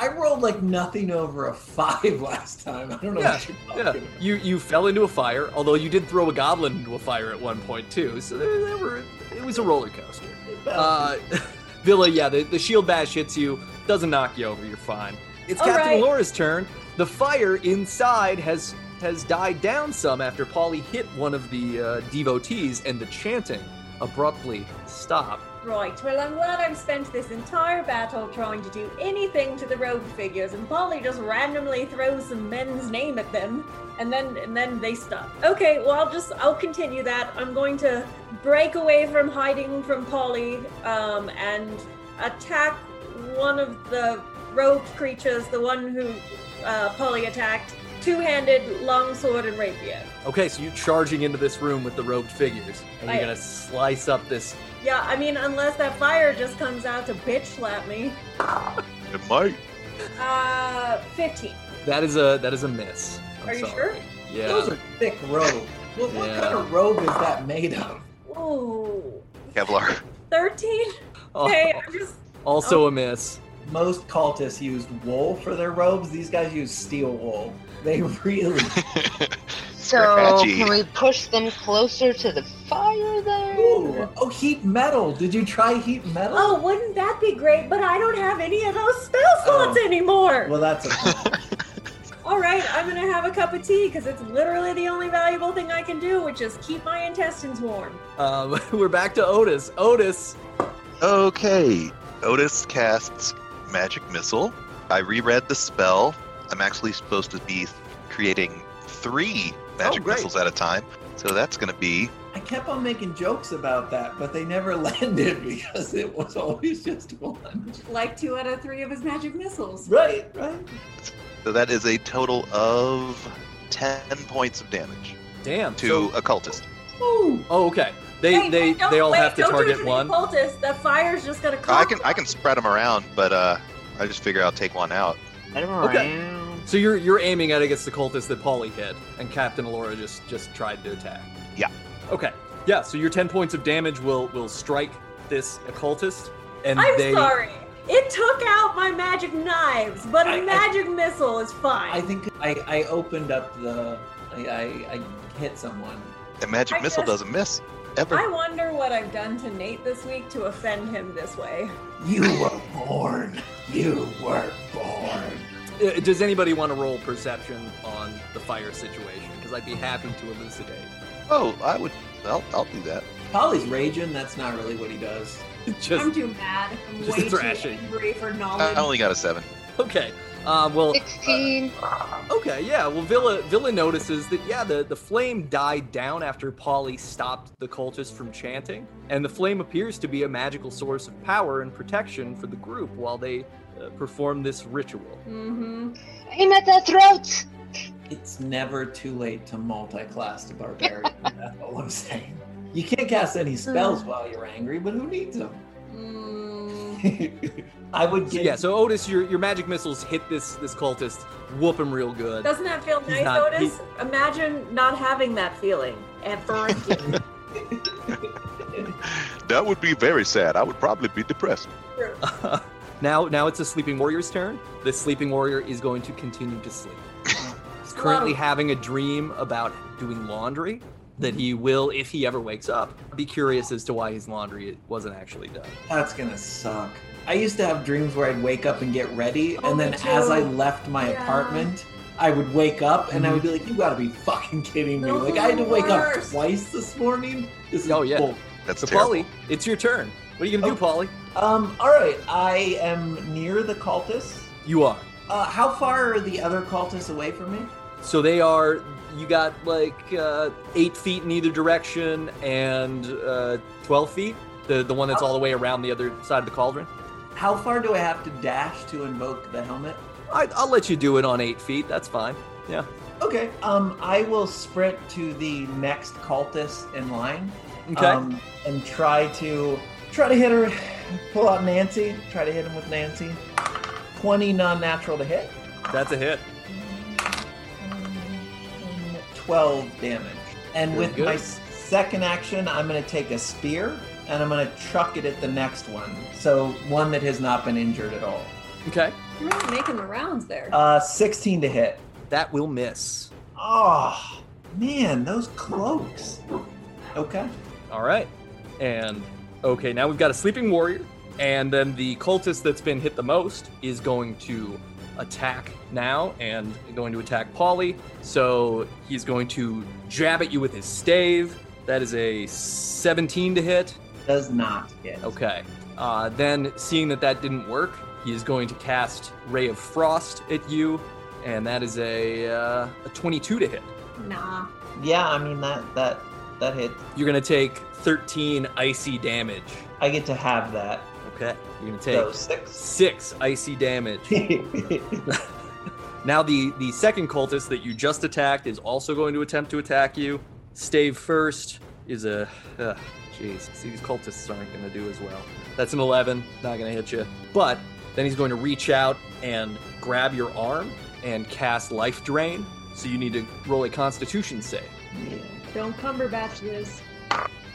[SPEAKER 3] I rolled like nothing over a five (laughs) last time. I don't know what you're talking
[SPEAKER 1] Yeah,
[SPEAKER 3] about.
[SPEAKER 1] you you fell into a fire, although you did throw a goblin into a fire at one point too. So there, there were it was a roller coaster. Uh, (laughs) Villa, yeah, the, the shield bash hits you, doesn't knock you over. You're fine. It's
[SPEAKER 2] All
[SPEAKER 1] Captain
[SPEAKER 2] right.
[SPEAKER 1] Laura's turn. The fire inside has has died down some after Polly hit one of the uh, devotees, and the chanting abruptly stopped.
[SPEAKER 2] Right, well, I'm glad I've spent this entire battle trying to do anything to the rogue figures, and Polly just randomly throws some men's name at them, and then and then they stop. Okay, well, I'll just I'll continue that. I'm going to break away from hiding from Polly um, and attack one of the rogue creatures, the one who uh, Polly attacked, two-handed longsword and rapier.
[SPEAKER 1] Okay, so you're charging into this room with the robed figures, and
[SPEAKER 2] I-
[SPEAKER 1] you're gonna slice up this
[SPEAKER 2] Yeah, I mean, unless that fire just comes out to bitch slap me.
[SPEAKER 6] It might.
[SPEAKER 2] Uh, 15.
[SPEAKER 1] That is a that is a miss. I'm
[SPEAKER 2] Are you
[SPEAKER 1] sorry.
[SPEAKER 2] sure?
[SPEAKER 1] Yeah.
[SPEAKER 3] Those are thick robe. What, what
[SPEAKER 1] Yeah.
[SPEAKER 3] kind of robe is that made of?
[SPEAKER 2] Ooh.
[SPEAKER 5] (laughs) Kevlar.
[SPEAKER 2] 13?
[SPEAKER 1] (laughs) Oh,
[SPEAKER 2] Okay, I'm just.
[SPEAKER 1] also
[SPEAKER 2] Oh.
[SPEAKER 1] a miss.
[SPEAKER 3] Most cultists used wool for their robes. These guys use steel wool. They (laughs) really.
[SPEAKER 4] So,
[SPEAKER 5] Scratchy.
[SPEAKER 4] can we push them closer to the fire then?
[SPEAKER 3] Ooh. Oh, heat metal. Did you try heat metal?
[SPEAKER 2] Oh, wouldn't that be great? But I don't have any of those spell slots
[SPEAKER 3] Oh.
[SPEAKER 2] anymore.
[SPEAKER 3] Well, that's a. (laughs)
[SPEAKER 2] All right, I'm gonna have a cup of tea because it's literally the only valuable thing I can do, which is keep my intestines warm.
[SPEAKER 1] Um, (laughs) we're back to Otis. Otis.
[SPEAKER 5] Okay. Otis casts Magic Missile. I reread the spell. I'm actually supposed to be creating three
[SPEAKER 2] Oh,
[SPEAKER 5] magic
[SPEAKER 1] great.
[SPEAKER 5] missiles at a time. So that's going to be
[SPEAKER 3] I kept on making jokes about that, but they never (laughs) landed because it was always just one.
[SPEAKER 2] Like two out of three of his magic missiles.
[SPEAKER 3] Right, right.
[SPEAKER 5] so that is a total of 10 points of damage
[SPEAKER 1] Damn.
[SPEAKER 5] to
[SPEAKER 1] so-
[SPEAKER 5] a cultist.
[SPEAKER 3] Ooh.
[SPEAKER 1] oh, okay. They
[SPEAKER 2] Hey,
[SPEAKER 1] they
[SPEAKER 2] don't-
[SPEAKER 1] they all
[SPEAKER 2] wait,
[SPEAKER 1] have to
[SPEAKER 2] don't do it
[SPEAKER 1] target
[SPEAKER 2] the
[SPEAKER 1] one.
[SPEAKER 2] Cultist, that fire's just gonna come.
[SPEAKER 5] I can I can spread them around, but uh, I just figure I'll take one out.
[SPEAKER 4] Let 'em
[SPEAKER 1] Okay.
[SPEAKER 4] around.
[SPEAKER 1] So you're you're aiming at against the cultist that Polly hit, and Captain Alora just just tried to attack.
[SPEAKER 5] Yeah.
[SPEAKER 1] Okay. Yeah. So your ten points of damage will will strike this occultist, and
[SPEAKER 2] I'm
[SPEAKER 1] they
[SPEAKER 2] sorry. It took out my magic knives, but a
[SPEAKER 3] I- I-
[SPEAKER 2] magic missile is fine.
[SPEAKER 3] I think I, I opened up the. I, I, I hit someone.
[SPEAKER 5] The magic
[SPEAKER 2] I
[SPEAKER 5] missile
[SPEAKER 2] guess-
[SPEAKER 5] doesn't miss ever.
[SPEAKER 2] I wonder what I've done to Nate this week to offend him this way.
[SPEAKER 3] You were born. You were born.
[SPEAKER 1] Uh, Does anybody want to roll perception on the fire situation? Because I'd be happy to elucidate. (laughs)
[SPEAKER 5] Oh, I would. I'll, I'll do that.
[SPEAKER 3] Polly's raging. That's not really what he does.
[SPEAKER 1] just
[SPEAKER 2] I'm too mad. I'm
[SPEAKER 1] Just
[SPEAKER 2] way
[SPEAKER 1] thrashing.
[SPEAKER 2] too angry for
[SPEAKER 5] I
[SPEAKER 2] knowledge.
[SPEAKER 5] I only got a seven.
[SPEAKER 1] okay. Um, well,
[SPEAKER 4] 16.
[SPEAKER 1] Okay, yeah. Well, Villa Villa notices that yeah, the, the flame died down after Polly stopped the cultist from chanting, and the flame appears to be a magical source of power and protection for the group while they uh, perform this ritual.
[SPEAKER 2] mm-hmm.
[SPEAKER 4] Aim at their throats.
[SPEAKER 3] It's never too late to multi-class
[SPEAKER 2] (laughs)
[SPEAKER 3] to barbarian. That's all I'm saying. You can't cast any
[SPEAKER 2] Uh-huh.
[SPEAKER 3] spells while you're angry, but who needs them?
[SPEAKER 2] Mm.
[SPEAKER 3] (laughs) I would
[SPEAKER 1] So,
[SPEAKER 3] get.
[SPEAKER 1] yeah, so Otis, your your magic missiles hit this this cultist, whoop him real good.
[SPEAKER 2] Doesn't that feel
[SPEAKER 1] He's
[SPEAKER 2] nice,
[SPEAKER 1] not-
[SPEAKER 2] Otis? Imagine not having that feeling
[SPEAKER 1] (laughs)
[SPEAKER 2] ever again.
[SPEAKER 6] That would be very sad. I would probably be depressed.
[SPEAKER 1] (laughs) now now it's a sleeping warrior's turn. The sleeping warrior is going to continue to sleep. He's currently
[SPEAKER 2] Wow.
[SPEAKER 1] having a dream about doing laundry that he will, if he ever wakes up, be curious as to why his laundry wasn't actually done.
[SPEAKER 3] That's gonna suck. I used to have dreams where I'd wake up and get ready,
[SPEAKER 2] Oh,
[SPEAKER 3] and
[SPEAKER 2] me
[SPEAKER 3] then
[SPEAKER 2] too.
[SPEAKER 3] as I left my
[SPEAKER 2] Yeah.
[SPEAKER 3] apartment, I would wake up and I
[SPEAKER 1] Mm-hmm.
[SPEAKER 3] would be like, "You gotta be fucking kidding me!"
[SPEAKER 2] Those
[SPEAKER 3] Like
[SPEAKER 2] are
[SPEAKER 3] I had to
[SPEAKER 2] the
[SPEAKER 3] wake up
[SPEAKER 2] worst.
[SPEAKER 3] twice this morning. This is
[SPEAKER 1] Oh, yeah.
[SPEAKER 3] bull-
[SPEAKER 5] That's
[SPEAKER 1] So,
[SPEAKER 5] terrible.
[SPEAKER 1] Polly, it's your turn. What are you gonna do,
[SPEAKER 3] Oh.
[SPEAKER 1] Polly?
[SPEAKER 3] Um. All right. I am near the cultists.
[SPEAKER 1] You are.
[SPEAKER 3] Uh, how far are the other cultists away from me?
[SPEAKER 1] So they are. You got like uh, eight feet in either direction and uh, twelve feet. The the
[SPEAKER 3] Uh,
[SPEAKER 1] one that's all the way around the other side of the cauldron.
[SPEAKER 3] How far do I have to dash to invoke the helmet?
[SPEAKER 1] I, I'll let you do it on eight feet. That's fine.
[SPEAKER 3] Okay. Um, I will sprint to the next cultist in line.
[SPEAKER 1] Okay.
[SPEAKER 3] Um, and try to try to hit her. Pull out Nancy. Try to hit him with Nancy. Twenty non-natural to hit.
[SPEAKER 1] that's a hit.
[SPEAKER 3] Twelve damage. And
[SPEAKER 1] Good,
[SPEAKER 3] with
[SPEAKER 1] good.
[SPEAKER 3] my s- second action, I'm going to take a spear and I'm going to chuck it at the next one. So one that has not been injured at all.
[SPEAKER 1] Okay.
[SPEAKER 2] You're really making the rounds there.
[SPEAKER 3] Uh, 16 to hit.
[SPEAKER 1] That will miss.
[SPEAKER 3] Oh man, those cloaks. Okay.
[SPEAKER 1] All right. And okay, now we've got a sleeping warrior, and then the cultist that's been hit the most is going to attack now and going to attack Polly. So he's going to jab at you with his stave. That is a 17 to hit.
[SPEAKER 3] Does not hit.
[SPEAKER 1] Okay. Uh, then, seeing that that didn't work, he is going to cast Ray of Frost at you, and that is a, uh, a 22 to hit.
[SPEAKER 2] nah.
[SPEAKER 3] Yeah, I mean that that that hit.
[SPEAKER 1] You're going to take 13 icy damage.
[SPEAKER 3] I get to have that.
[SPEAKER 1] Okay. You're going to take
[SPEAKER 3] So six. (laughs)
[SPEAKER 1] six icy damage. Now the the second cultist that you just attacked is also going to attempt to attack you. Stave first is a uh, jeez. See these cultists aren't going to do as well. That's an 11, not going to hit you. But then he's going to reach out and grab your arm and cast life drain. So you need to roll a Constitution save.
[SPEAKER 3] Yeah.
[SPEAKER 2] Don't Cumberbatch this.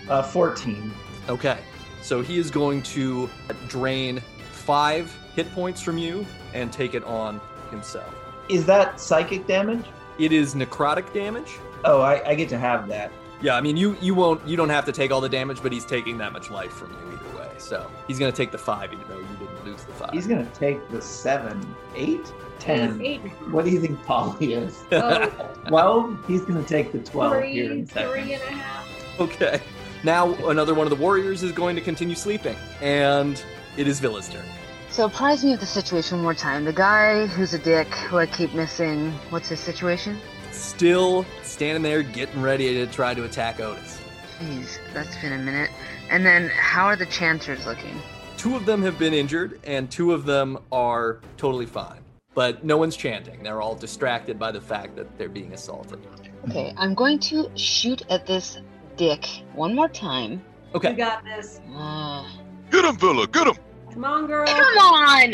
[SPEAKER 3] Uh, fourteen.
[SPEAKER 1] Okay. So he is going to drain five hit points from you and take it on himself.
[SPEAKER 3] Is that psychic damage?
[SPEAKER 1] It is necrotic damage.
[SPEAKER 3] Oh, I, I get to have that.
[SPEAKER 1] Yeah, I mean you you won't you don't have to take all the damage, but he's taking that much life from you either way. So he's gonna take the five, even though you didn't lose the five.
[SPEAKER 3] He's gonna take the seven, eight, ten.
[SPEAKER 2] Eight,
[SPEAKER 1] (laughs)
[SPEAKER 3] What do you think Polly is?
[SPEAKER 2] oh,
[SPEAKER 3] Twelve. He's gonna take the twelve here in
[SPEAKER 2] three,
[SPEAKER 3] a second.
[SPEAKER 2] three and a half.
[SPEAKER 1] okay. Now another one of the warriors is going to continue sleeping, and it is Villa's turn.
[SPEAKER 4] So apprise me of the situation one more time. The guy who's a dick who I keep missing. What's his situation?
[SPEAKER 1] Still standing there, getting ready to try to attack Otis.
[SPEAKER 4] Jeez, that's been a minute. And then how are the chanters looking?
[SPEAKER 1] Two of them have been injured, and two of them are totally fine. But no one's chanting. They're all distracted by the fact that they're being assaulted.
[SPEAKER 4] Okay, I'm going to shoot at this dick one more time.
[SPEAKER 2] You
[SPEAKER 1] Okay.
[SPEAKER 2] got this.
[SPEAKER 4] Uh,
[SPEAKER 6] Get him, Villa. Get him.
[SPEAKER 2] Come on, girl.
[SPEAKER 4] come on!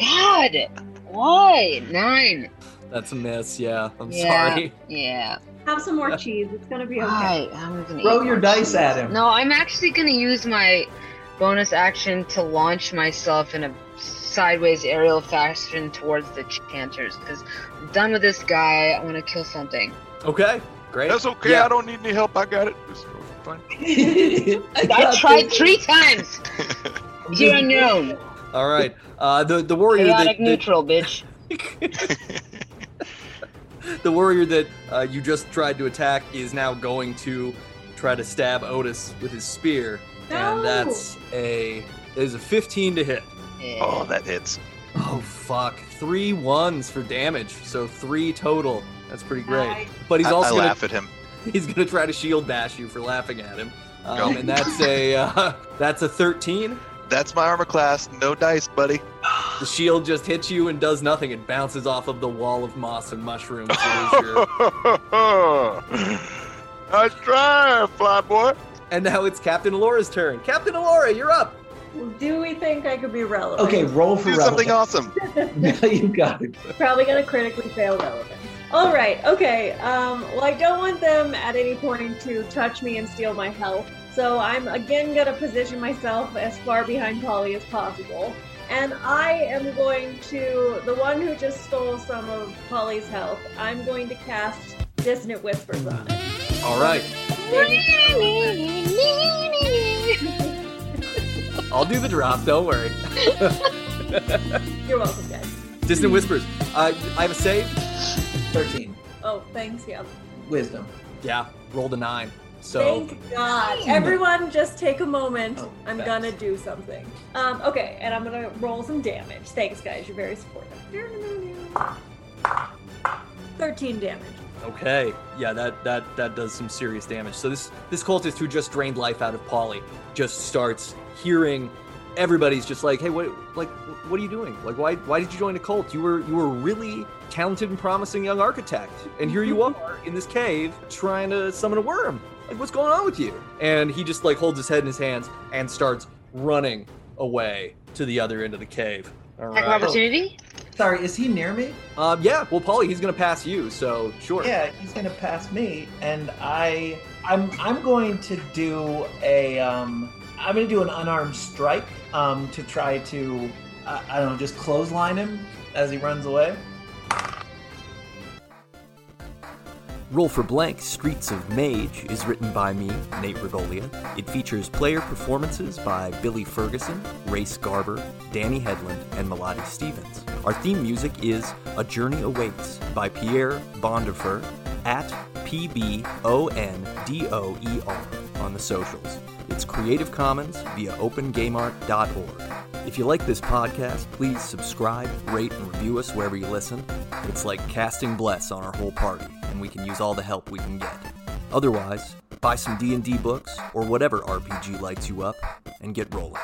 [SPEAKER 4] God, why nine?
[SPEAKER 1] That's a miss. Yeah. I'm
[SPEAKER 4] Yeah.
[SPEAKER 1] sorry. (laughs)
[SPEAKER 4] Yeah,
[SPEAKER 2] Have some more cheese. It's gonna be okay.
[SPEAKER 4] why? I'm gonna
[SPEAKER 3] Throw
[SPEAKER 4] eat
[SPEAKER 3] your
[SPEAKER 4] more
[SPEAKER 3] dice
[SPEAKER 4] cheese.
[SPEAKER 3] at him.
[SPEAKER 4] No, I'm actually gonna use my bonus action to launch myself in a sideways aerial fashion towards the chanters because I'm done with this guy. I want to kill something.
[SPEAKER 1] Okay. Great.
[SPEAKER 6] That's okay.
[SPEAKER 1] Yeah.
[SPEAKER 6] I don't need any help. I got it. It's fine.
[SPEAKER 3] (laughs) I,
[SPEAKER 4] I tried
[SPEAKER 3] (laughs)
[SPEAKER 4] three times. Zero known.
[SPEAKER 1] All right. Uh, the the warrior that, that-
[SPEAKER 4] Chaotic neutral, bitch.
[SPEAKER 1] (laughs) the warrior that uh, you just tried to attack is now going to try to stab Otis with his spear,
[SPEAKER 2] No.
[SPEAKER 1] and that's a that is a 15 to hit.
[SPEAKER 4] Yeah. (laughs)
[SPEAKER 5] Oh, that hits.
[SPEAKER 1] Oh fuck! Three ones for damage, so three total. That's pretty great.
[SPEAKER 2] Nice.
[SPEAKER 1] But he's
[SPEAKER 5] I,
[SPEAKER 1] also
[SPEAKER 5] I
[SPEAKER 1] gonna,
[SPEAKER 5] laugh at him.
[SPEAKER 1] (laughs) he's gonna try to shield bash you for laughing at him, um,
[SPEAKER 5] Go.
[SPEAKER 1] and that's a uh, (laughs) that's a 13.
[SPEAKER 5] That's my armor class. No dice,
[SPEAKER 6] (laughs)
[SPEAKER 5] buddy.
[SPEAKER 1] The shield just hits you and does nothing. It bounces off of the wall of moss and mushrooms. It is your-
[SPEAKER 5] (laughs)
[SPEAKER 6] I try, fly boy.
[SPEAKER 1] And now it's Captain Alora's turn. Captain Alora, you're up.
[SPEAKER 2] Do we think I could be relevant?
[SPEAKER 3] Okay, roll for
[SPEAKER 5] Do something
[SPEAKER 3] relevant.
[SPEAKER 5] awesome.
[SPEAKER 3] (laughs) now you got it.
[SPEAKER 2] Probably gonna critically fail relevant. All right. Okay. Um, well, I don't want them at any point to touch me and steal my health, so I'm again gonna position myself as far behind Polly as possible, and I am going to the one who just stole some of Polly's health. I'm going to cast dissonant whispers on it.
[SPEAKER 1] All right, I'll do the drop. Don't worry.
[SPEAKER 2] You're welcome, guys.
[SPEAKER 1] Distant whispers. Uh, I have a save.
[SPEAKER 3] Thirteen.
[SPEAKER 2] Oh, thanks. Yeah.
[SPEAKER 3] Wisdom.
[SPEAKER 1] Yeah, roll the nine. So
[SPEAKER 2] Thank God. Everyone, just take a moment.
[SPEAKER 3] Oh,
[SPEAKER 2] I'm
[SPEAKER 3] thanks.
[SPEAKER 2] gonna do something. Um, okay, and I'm gonna roll some damage. Thanks, guys. You're very supportive. 13 damage.
[SPEAKER 1] okay, yeah, that that that does some serious damage. So this this cultist who just drained life out of Polly just starts hearing everybody's just like, hey, what like what are you doing? Like, why why did you join a cult? You were you were a really talented and promising young architect, and here you are in this cave trying to summon a worm. Like, what's going on with you? And he just like holds his head in his hands and starts running away to the other end of the cave. All
[SPEAKER 4] Attack of opportunity?
[SPEAKER 3] Sorry, is he near me?
[SPEAKER 1] Um, yeah, well, Polly, he's gonna pass you, so sure.
[SPEAKER 3] Yeah, he's gonna pass me, and I, I'm, I'm going to do a, um, I'm gonna do an unarmed strike, um, to try to, I, I don't know, just clothesline him as he runs away.
[SPEAKER 7] Roll for Blank Streets of Mage is written by me, Nate Rigolia. It features player performances by Billy Ferguson, Race Garber, Danny Headland, and Melody Stevens. Our theme music is A Journey Awaits by Pierre Bondefer at P-B-O-N-D-O-E-R E on the socials. It's Creative Commons via opengameart.org. If you like this podcast, please subscribe, rate, and review us wherever you listen. It's like casting bless on our whole party, and we can use all the help we can get. Otherwise, buy some D&D books or whatever RPG lights you up and get rolling.